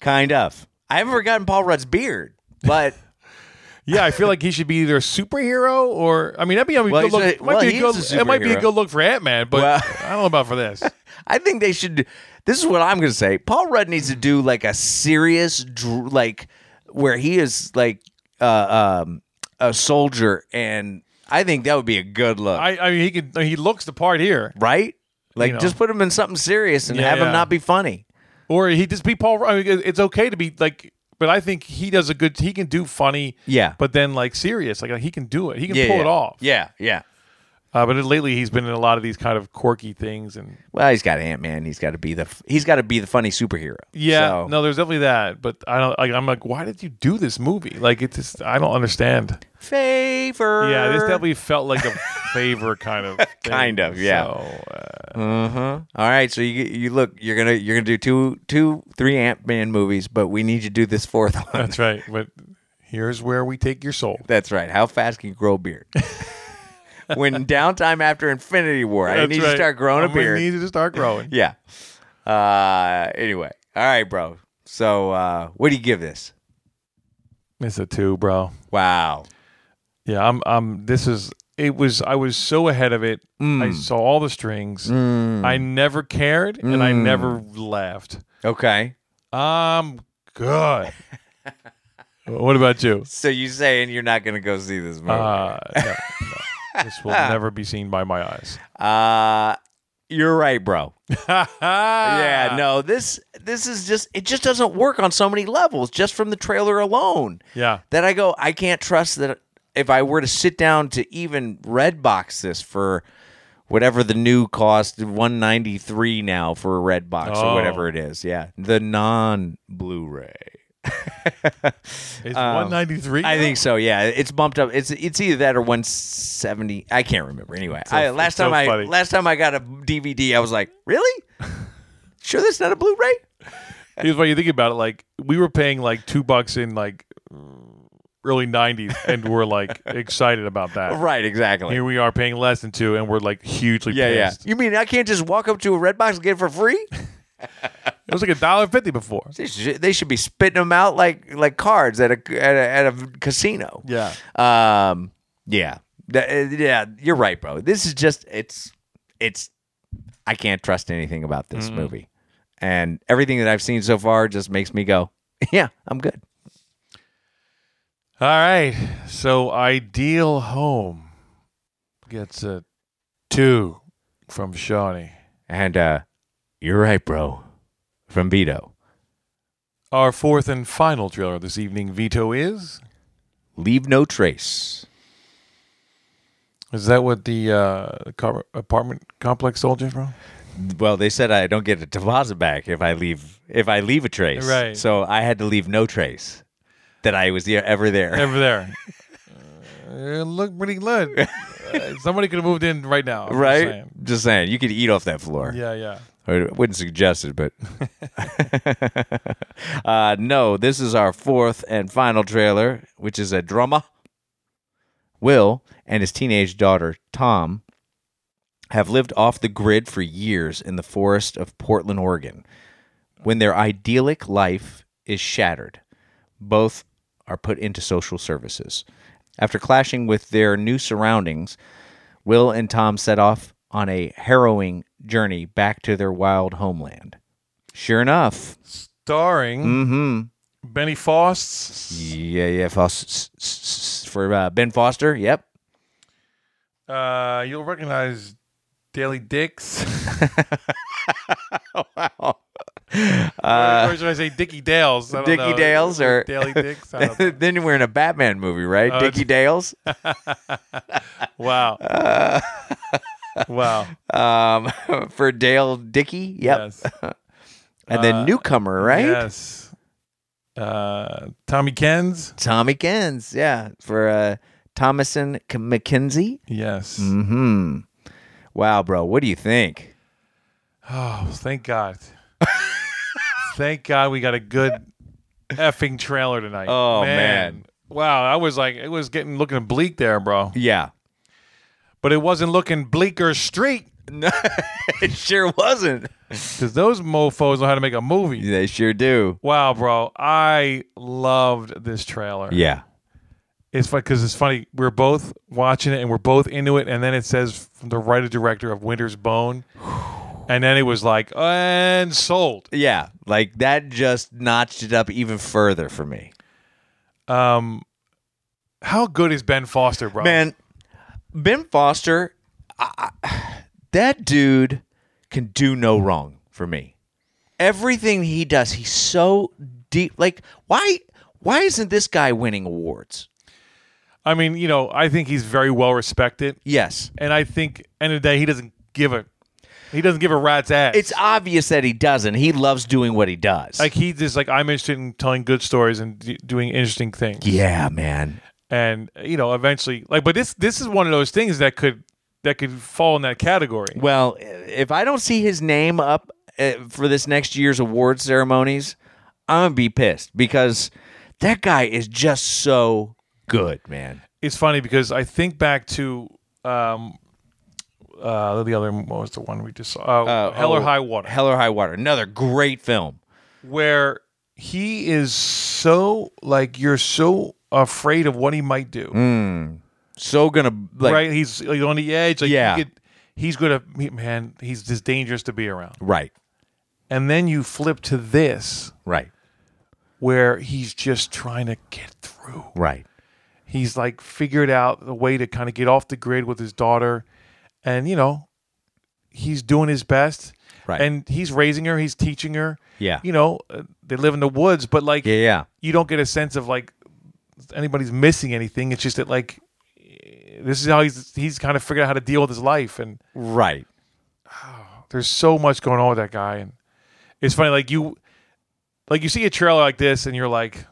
Kind of. I haven't forgotten Paul Rudd's beard, but Yeah, I feel like he should be either a superhero or I mean that'd be a Well, good he's look. a- it might well, be he a good, is a it might be a superhero. good look for Ant Man, but Well- I don't know about for this. I think they should. This is what I'm going to say. Paul Rudd needs to do like a serious, dr- like where he is like uh, um, a soldier, and I think that would be a good look, I, I mean, he could. He looks the part here. right? Like know. just put him in something serious and Yeah, have him yeah. not be funny. or he just be Paul. I mean, it- it's okay to be like, but I think he does a good. He can do funny, Yeah. but then like serious, like he can do it. He can yeah, pull yeah. it off. Yeah, yeah. Uh, but lately, he's been in a lot of these kind of quirky things, and Well, he's got Ant Man. He's got to be the f- he's got to be the funny superhero. yeah, So- no, there's definitely that. But I don't. Like, I'm like, why did you do this movie? Like, it's just I don't understand. favor. Yeah, this definitely felt like a favor kind of, thing. Kind of, yeah. So, uh, Uh-huh. All right, so you you look, you're gonna you're gonna do two two three Ant Man movies, but we need you to do this fourth one. that's right. But here's where we take your soul. That's right. How fast can you grow a beard? when downtime after Infinity War, I That's need right. to start growing I'm a gonna beard. Need you to start growing. yeah. Uh, anyway, all right, bro. So, uh, what do you give this? It's a two, bro. Wow. Yeah, I'm. I'm. This is. It was. I was so ahead of it. Mm. I saw all the strings. I never cared, and Mm. I never laughed. Okay. I'm good. what about you? So you saying you're not gonna go see this movie? Uh, no, no. This will never be seen by my eyes. Uh, you're right, bro. Ah. yeah, no. This this is just it just doesn't work on so many levels just from the trailer alone. Yeah. That I go I can't trust that if I were to sit down to even red box this for whatever the new cost 193 now for a red box Oh. or whatever it is. Yeah. The non Blu-ray. It's 193. Um, I think so. Yeah, it's bumped up. It's it's either that or 170. I can't remember. Anyway, I, it's last so time I funny. last time I got a DVD, I was like, really? sure, that's not a Blu-ray. Here's why you think about it. Like we were paying like two bucks in like early 90s, and we're like excited about that. Oh, Right, exactly. Here we are paying less than two, and we're like hugely yeah, yeah. pissed. You mean I can't just walk up to a Redbox and get it for free? It was like a dollar fifty before. They should, they should be spitting them out like like cards at a at a, at a casino. Yeah. Um. Yeah. Th- uh, yeah. You're right, bro. This is just it's it's I can't trust anything about this movie, and everything that I've seen so far just makes me go, yeah, I'm good. All right. So ideal home gets a two from Shawnee And uh, you're right, bro. From Vito, Our fourth and final trailer this evening, Vito is. leave no trace. Is that what the uh, car- apartment complex sold you from? Well, they said I don't get a deposit back if I leave if I leave a trace. Right. So I had to leave no trace that I was e- ever there. Over there. Uh, it looked pretty good. Uh, somebody could have moved in right now. I'm just right? saying. Just saying, you could eat off that floor. Yeah, yeah. I wouldn't suggest it, but uh, no, this is our fourth and final trailer, which is a drama. Will and his teenage daughter, Tom, have lived off the grid for years in the forest of Portland, Oregon. When their idyllic life is shattered, both are put into social services. After clashing with their new surroundings, Will and Tom set off on a harrowing journey back to their wild homeland. Sure enough, Starring mm-hmm. Benny Fosts, yeah, yeah, Fos- for uh, Ben Foster, yep, Uh, you'll recognize Daily Dix. wow. or should I say Dickie Dales? I don't Uh, Dickie know. Dales or Daily Dix? I don't know. then we're in a Batman movie, right? Oh, Dickie Dales. Wow. Uh, wow. um, for Dale Dickey, yep, Yes. and then newcomer, right? Yes. Uh, Tommy Ken's? Tommy Kens, yeah, for uh, Thomason K- McKenzie. Yes. Hmm. Wow, bro, what do you think? Oh, thank God. thank God we got a good effing trailer tonight. Oh, man. Wow. I was like, it was getting looking bleak there, bro. Yeah, But it wasn't looking bleaker street. it sure wasn't. Because those mofos know how to make a movie. They sure do. Wow, bro. I loved this trailer. Yeah. It's funny because it's funny. We're both watching it and we're both into it. And then it says from the writer director of Winter's Bone. And then it was like, and sold. Yeah, like that just notched it up even further for me. Um, how good is Ben Foster, bro? Man, Ben Foster, I, I, that dude can do no wrong for me. Everything he does, he's so deep. Like, why? Why isn't this guy winning awards? I mean, you know, I think he's very well respected. Yes, And I think, end of the day, he doesn't give a. He doesn't give a rat's ass. it's obvious that he doesn't. He loves doing what he does. like he just like I'm interested in telling good stories and d- doing interesting things. yeah, man. and you know eventually like but this this is one of those things that could that could fall in that category Well, if I don't see his name up uh, for this next year's award ceremonies, I'm gonna be pissed because that guy is just so good, man. it's funny because i think back to um uh, the other what was the one we just saw? Uh, Uh, Hell or oh, High Water, Hell or High Water. Another great film. where he is so like you're so afraid of what he might do, So gonna like right? He's like, on the edge. Like, Yeah. you could- he's gonna he- man. He's just dangerous to be around. right, And then you flip to this right, where he's just trying to get through. right. he's like figured out a way to kind of get off the grid with his daughter and you know he's doing his best Right. and he's raising her he's teaching her Yeah. you know uh, they live in the woods but like Yeah, yeah. you don't get a sense of like anybody's missing anything it's just that like this is how he's he's kind of figured out how to deal with his life and Right. there's so much going on with that guy and it's funny like you like you see a trailer like this and you're like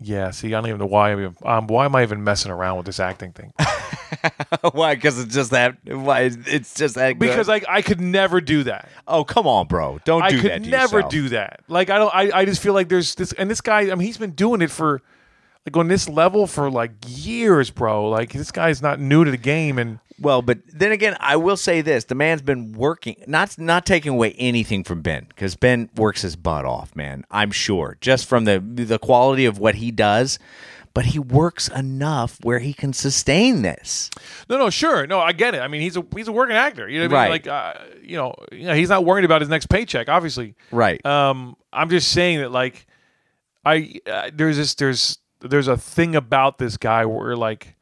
yeah see i don't even know why I'm, even- um, why am i even messing around with this acting thing why? Because it's just that. Why? It's just that. good? because like I could never do that. oh come on, bro, don't I do could that. to never yourself. do that. Like I don't. I, I just feel like there's this and this guy. I mean, he's been doing it for like on this level for like years, bro. Like this guy's not new to the game, and Well, but then again, I will say this: the man's been working, not not taking away anything from Ben, because Ben works his butt off, man. I'm sure, just from the the quality of what he does, but he works enough where he can sustain this. no, no, sure, no, I get it. I mean, he's a he's a working actor. You know what I mean? Right. Like uh, you know, yeah, he's not worried about his next paycheck, obviously. Right. Um, I'm just saying that like I uh, there's this there's there's a thing about this guy where like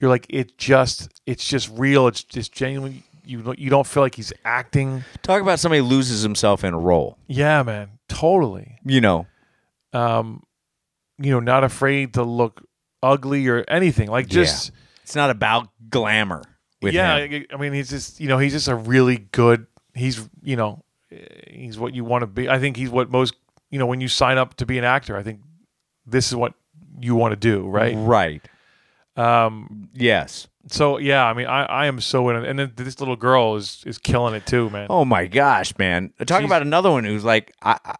you're like it just it's just real it's just genuinely you don't- you don't feel like he's acting. Talk about somebody who loses himself in a role. Yeah, man, totally. You know, You know, not afraid to look ugly or anything. Like just it's not about glamour. With yeah, him. I I mean he's just you know he's just a really good he's you know eh, he's what you want to be. I think he's what most you know when you sign up to be an actor. I think this is what you want to do, right? right. Um. Yes. So yeah, I mean, I, I am so in it, and then this little girl is is killing it too, man. Oh my gosh, man! Talk She's- about another one who's like, I, I,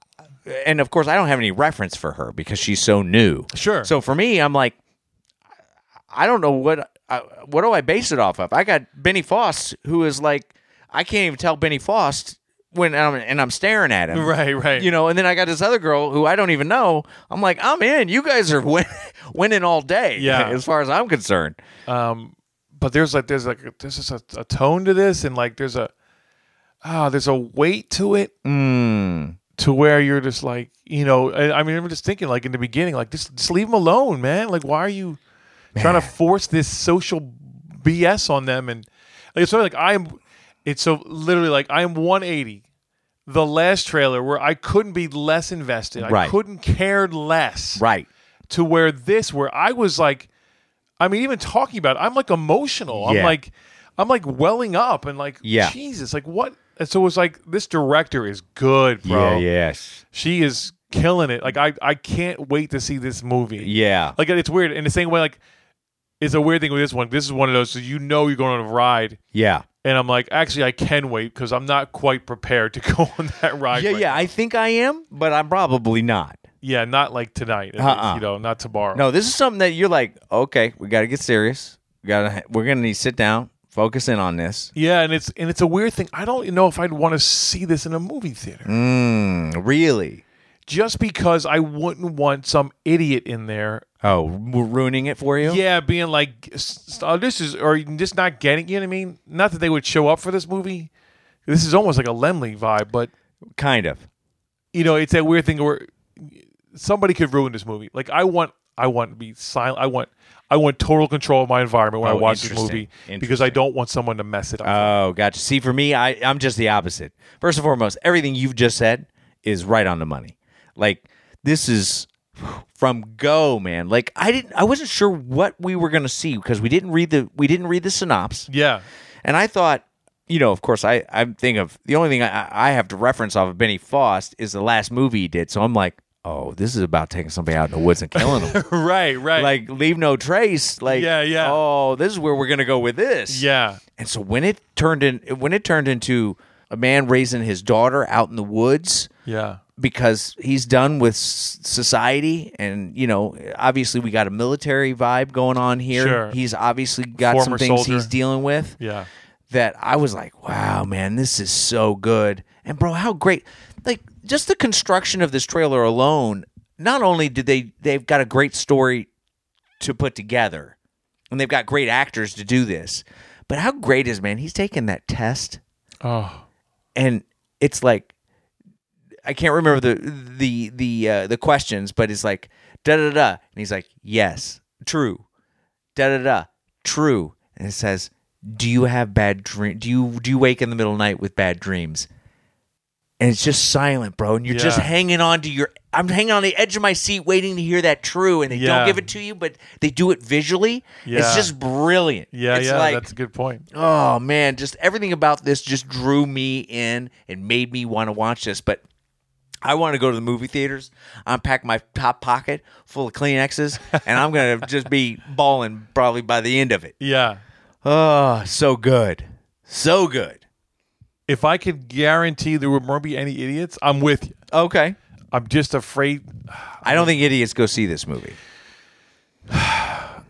and of course I don't have any reference for her because she's so new. Sure. So for me, I'm like, I don't know what I, what do I base it off of? I got Benny Foss, who is like, I can't even tell Benny Foss when I'm and I'm staring at him, Right, right. You know, and then I got this other girl who I don't even know. I'm like, I'm in. You guys are win- winning all day, Yeah. As far as I'm concerned, but there's like there's like there's just a, a tone to this, and like there's a ah there's a weight to it, to where you're just like you know. I, I mean, I'm just thinking like in the beginning, like just just leave them alone, man. Like why are you trying to force this social BS on them? And like it's sort of like I'm, it's so literally like I am 180. The last trailer where I couldn't be less invested, I Right. couldn't care less, right? to where this where I was like I mean even talking about it, I'm like emotional. I'm Yeah. like I'm like welling up and like Yeah. Jesus, like what and so it's like this director is good, bro. Yes. She is killing it. Like I I can't wait to see this movie. Yeah. Like it's weird. In the same way, like it's a weird thing with this one. This is one of those so you know you're going on a ride. Yeah. And I'm like, actually, I can wait because I'm not quite prepared to go on that ride. Yeah, right yeah, now. I think I am, but I'm probably not. yeah, not like tonight, at least, Uh-uh. you know, not tomorrow. No, this is something that you're like, okay, we got to get serious. We got we're gonna need to sit down, focus in on this, Yeah, and it's and it's a weird thing. I don't know if I'd want to see this in a movie theater really. just because I wouldn't want some idiot in there. Oh, we're ruining it for you. Yeah, being like, s- oh, this is or just not getting. You know what I mean? Not that they would show up for this movie. This is almost like a Lemley vibe, but kind of. you know, it's that weird thing where somebody could ruin this movie. Like I want, I want to be silent. I want, I want total control of my environment when Oh, I watch this interesting. movie because I don't want someone to mess it up. Oh, gotcha. See, for me, I I'm just the opposite. First and foremost, everything you've just said is right on the money. Like this is from go, man. Like I didn't, I wasn't sure what we were gonna see because we didn't read the we didn't read the synopsis. yeah, And I thought, you know, of course, I I think of the only thing I, I have to reference off of Benny Fost is the last movie he did. So I'm like, oh, this is about taking somebody out in the woods and killing them. right, right. like leave no trace. Like Yeah, yeah. Oh, this is where we're gonna go with this. yeah, And so when it turned in when it turned into a man raising his daughter out in the woods yeah. because he's done with s- society and you know obviously we got a military vibe going on here Sure. he's obviously got Former some things soldier. he's dealing with Yeah. that I was like, wow, man, this is so good. And bro, how great! Like just the construction of this trailer alone. Not only did they they've got a great story to put together, and they've got great actors to do this, but how great is man? He's taking that test Oh, and it's like I can't remember the the the uh, the questions, but it's like da da da, and he's like yes, true, da da da, true, and it says, do you have bad dream? Do you do you wake in the middle of the night with bad dreams? And it's just silent, bro, and you're just Yeah. hanging on to your. I'm hanging on the edge of my seat, waiting to hear that true, and they Yeah. don't give it to you, but they do it visually. It's Yeah. just brilliant. yeah, it's yeah. like- that's a good point. Oh man, just everything about this just drew me in and made me want to watch this. But I want to go to the movie theaters, unpack my top pocket full of Kleenexes, and I'm gonna just be balling probably by the end of it. Yeah. Oh, so good, so good. If I could guarantee there would not be any idiots, I'm with you. Okay, I'm just afraid, I don't think idiots go see this movie.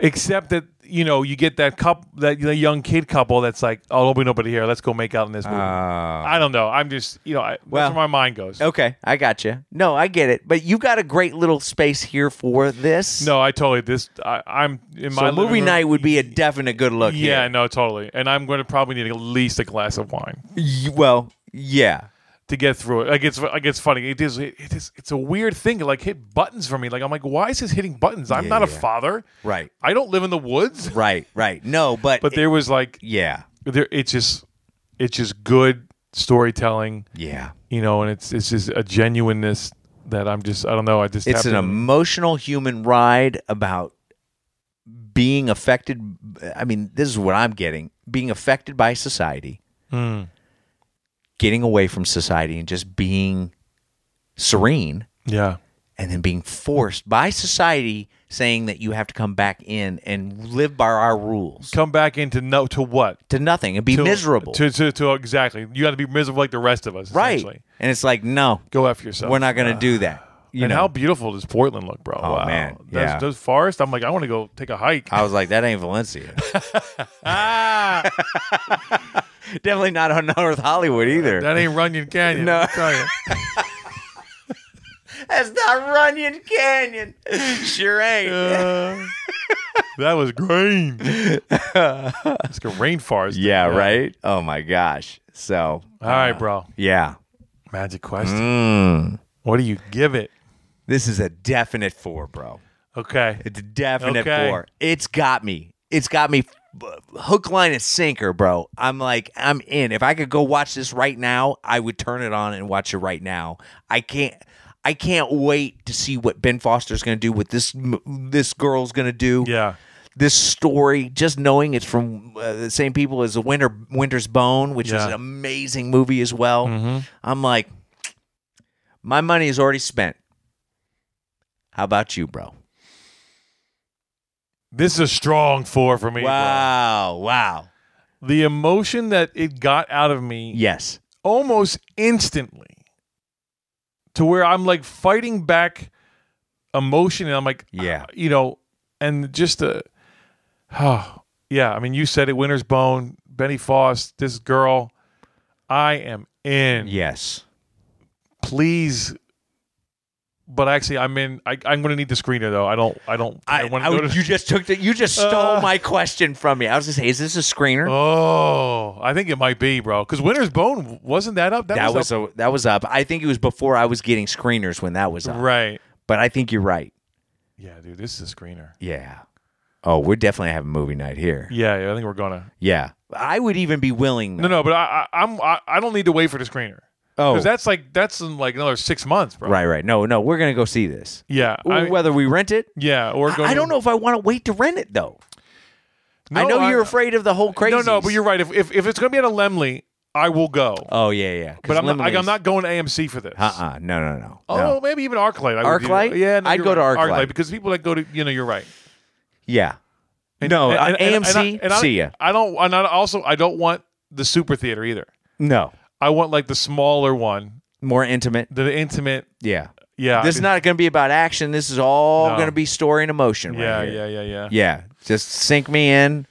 except that you know you get that couple, that the young kid couple that's like, oh, there'll be nobody here. Let's go make out in this movie. I don't know. I'm just you know I, Ah. Well, that's where my mind goes. Okay, I got you. No, I get it, but you got a great little space here for this. No, I totally this. I, I'm in my so living movie room- night would be a definite good look. Yeah, here. no, totally. And I'm going to probably need at least a glass of wine Y- well, yeah. to get through it. Like it's like it's funny. It is it is it's a weird thing. It like hit buttons for me. Like I'm like, why is this hitting buttons? I'm Yeah, not yeah. a father. Right. I don't live in the woods. Right, right. No, but But there was like yeah, there. It's just it's just good storytelling. yeah. You know, and it's it's just a genuineness that I'm just I don't know. I just It's tapped an in. emotional human ride about being affected. I mean, this is what I'm getting: being affected by society, Hmm. getting away from society, and just being serene, yeah. and then being forced by society saying that you have to come back in and live by our rules Come back into no to what to nothing and be to, miserable, to, to to exactly. You got to be miserable like the rest of us. right? essentially. And it's like, no, Go after yourself. we're not going to do that. You and know, how beautiful does Portland look, bro? Oh, man. those, Yeah. those forests. I'm like, I want to go take a hike. I was like, that ain't Valencia. Definitely not on North Hollywood either. that ain't Runyon Canyon. No. I'm telling you. That's not Runyon Canyon. Sure ain't. Uh, that was green. It's a rainforest. yeah, right? Oh my gosh. So, All right, bro. yeah. Magic question. Mm. What do you give it? This is a definite four, bro. Okay. It's a definite Okay. four. It's got me. It's got me b- hook, line, and sinker, bro. I'm like, I'm in. If I could go watch this right now, I would turn it on and watch it right now. I can't. I can't wait to see what Ben Foster's going to do, what this m- this girl's going to do. Yeah. This story, just knowing it's from uh, the same people as the Winter Winter's Bone, which was Yeah. Mm-hmm. an amazing movie as well. I'm like, my money is already spent. How about you, bro? This is a strong four for me. Wow, wow. bro. The emotion that it got out of me Yes. almost instantly to where I'm like fighting back emotion and I'm like, Yeah. ah, you know, and just the, oh, yeah. I mean, you said it, Winter's Bone, Benny Foss, this girl, I am in. Yes. Please. But actually, I'm in. I, I'm going to need the screener though. I don't. I don't. I, wanna I go would- to- Uh. you just took the, you just stole my question from me. I was gonna say, is this a screener? oh, I think it might be, bro. Because Winter's Bone wasn't that up. That, that was, was, a, that was up. I think it was before I was getting screeners when that was up. up. right. But I think you're right. Yeah, dude. This is a screener. Yeah. Oh, we're definitely having movie night here. Yeah, yeah. I think we're gonna. Yeah. I would even be willing. No, no, but I, I I'm I, I don't need to wait for the screener Oh, because that's like that's in like another six months, bro. right, right. No, no, we're gonna go see this. Yeah. I, Whether we rent it, yeah. Or go I, I to- don't know if I want to wait to rent it though. I No, know I- you're afraid of the whole crazy. No, no, but you're right. If if, if it's gonna be at a Lemley, I will go. Oh yeah, yeah. 'Cause but I'm not, like, I'm Lemley's- not going to AMC for this. Uh-uh. No, no, no. Oh, no. maybe even ArcLight. I would do. ArcLight? Yeah, no, I'd you're go to right. ArcLight. because people that go to you know you're right. Yeah. no, And- uh, and- and- AMC. and I- and I- see ya. I don't. And I also I don't want the super theater either. No, I want like the smaller one, more intimate. the intimate. Yeah. Yeah, this is not going to be about action. This is all No. going to be story and emotion. Yeah, right here. yeah, yeah, yeah, yeah. Just sink me in.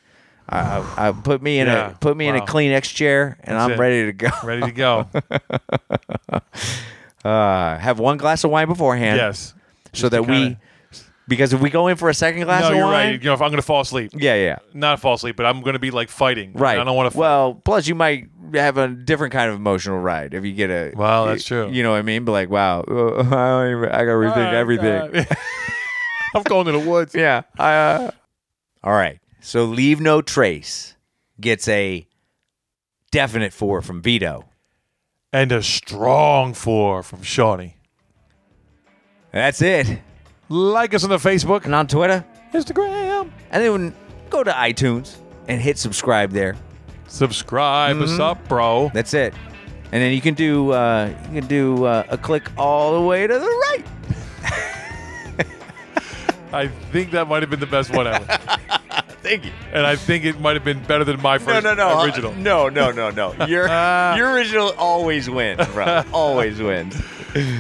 I, I put me in Yeah. a put me in a Wow. Kleenex chair, and That's I'm it. ready to go. Ready to go. Uh, have one glass of wine beforehand, yes. so that we kinda- because if we go in for a second glass No, of you're wine, right. You know, if I'm going to fall asleep, yeah, yeah, not fall asleep, but I'm going to be like fighting. right. I don't want to. Well, plus you might have a different kind of emotional ride if you get a. Well, that's true. Oh, You know what I mean? But like, wow, I, don't even, I gotta rethink everything. I'm going to the woods. Yeah. I, uh... All right. So leave no trace gets a definite four from Vito. And a strong four from Shawnee. That's it. Like us on the Facebook, And on Twitter, Instagram. and then go to iTunes and hit subscribe there. Subscribe us Mm-hmm. up, bro. That's it. And then you can do uh, you can do uh, a click all the way to the right. I think that might have been the best one ever. Thank you. and I think it might have been better than my No, first no, no. original. No, no, no, no. Your your original always wins, bro. Always wins.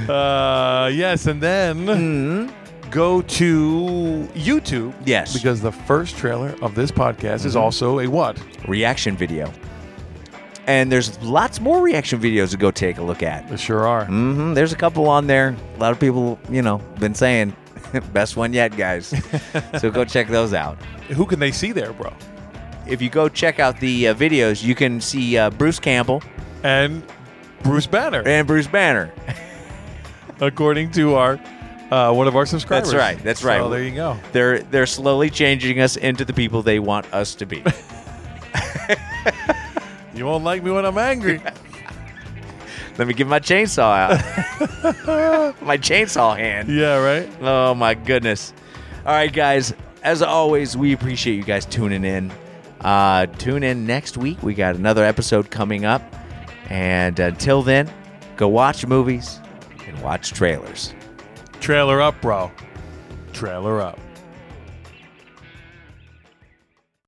Uh, yes, and then Mm-hmm. go to YouTube. Yes. Because the first trailer of this podcast is Mm-hmm. also a what? reaction video. And there's lots more reaction videos to go take a look at. There sure are. hmm There's a couple on there. A lot of people, you know, been saying best one yet, guys. so go check those out. Who can they see there, bro? If you go check out the uh, videos, you can see uh, Bruce Campbell And Bruce Banner, and Bruce Banner. according to our uh, one of our subscribers. That's right. That's right. So there you go. They're they're slowly changing us into the people they want us to be. You won't like me when I'm angry. Let me get my chainsaw out. my chainsaw hand. yeah, right. Oh my goodness. All right, guys. As always, we appreciate you guys tuning in. Uh, tune in next week. We got another episode coming up. And until then, go watch movies and watch trailers. Trailer up, bro. Trailer up.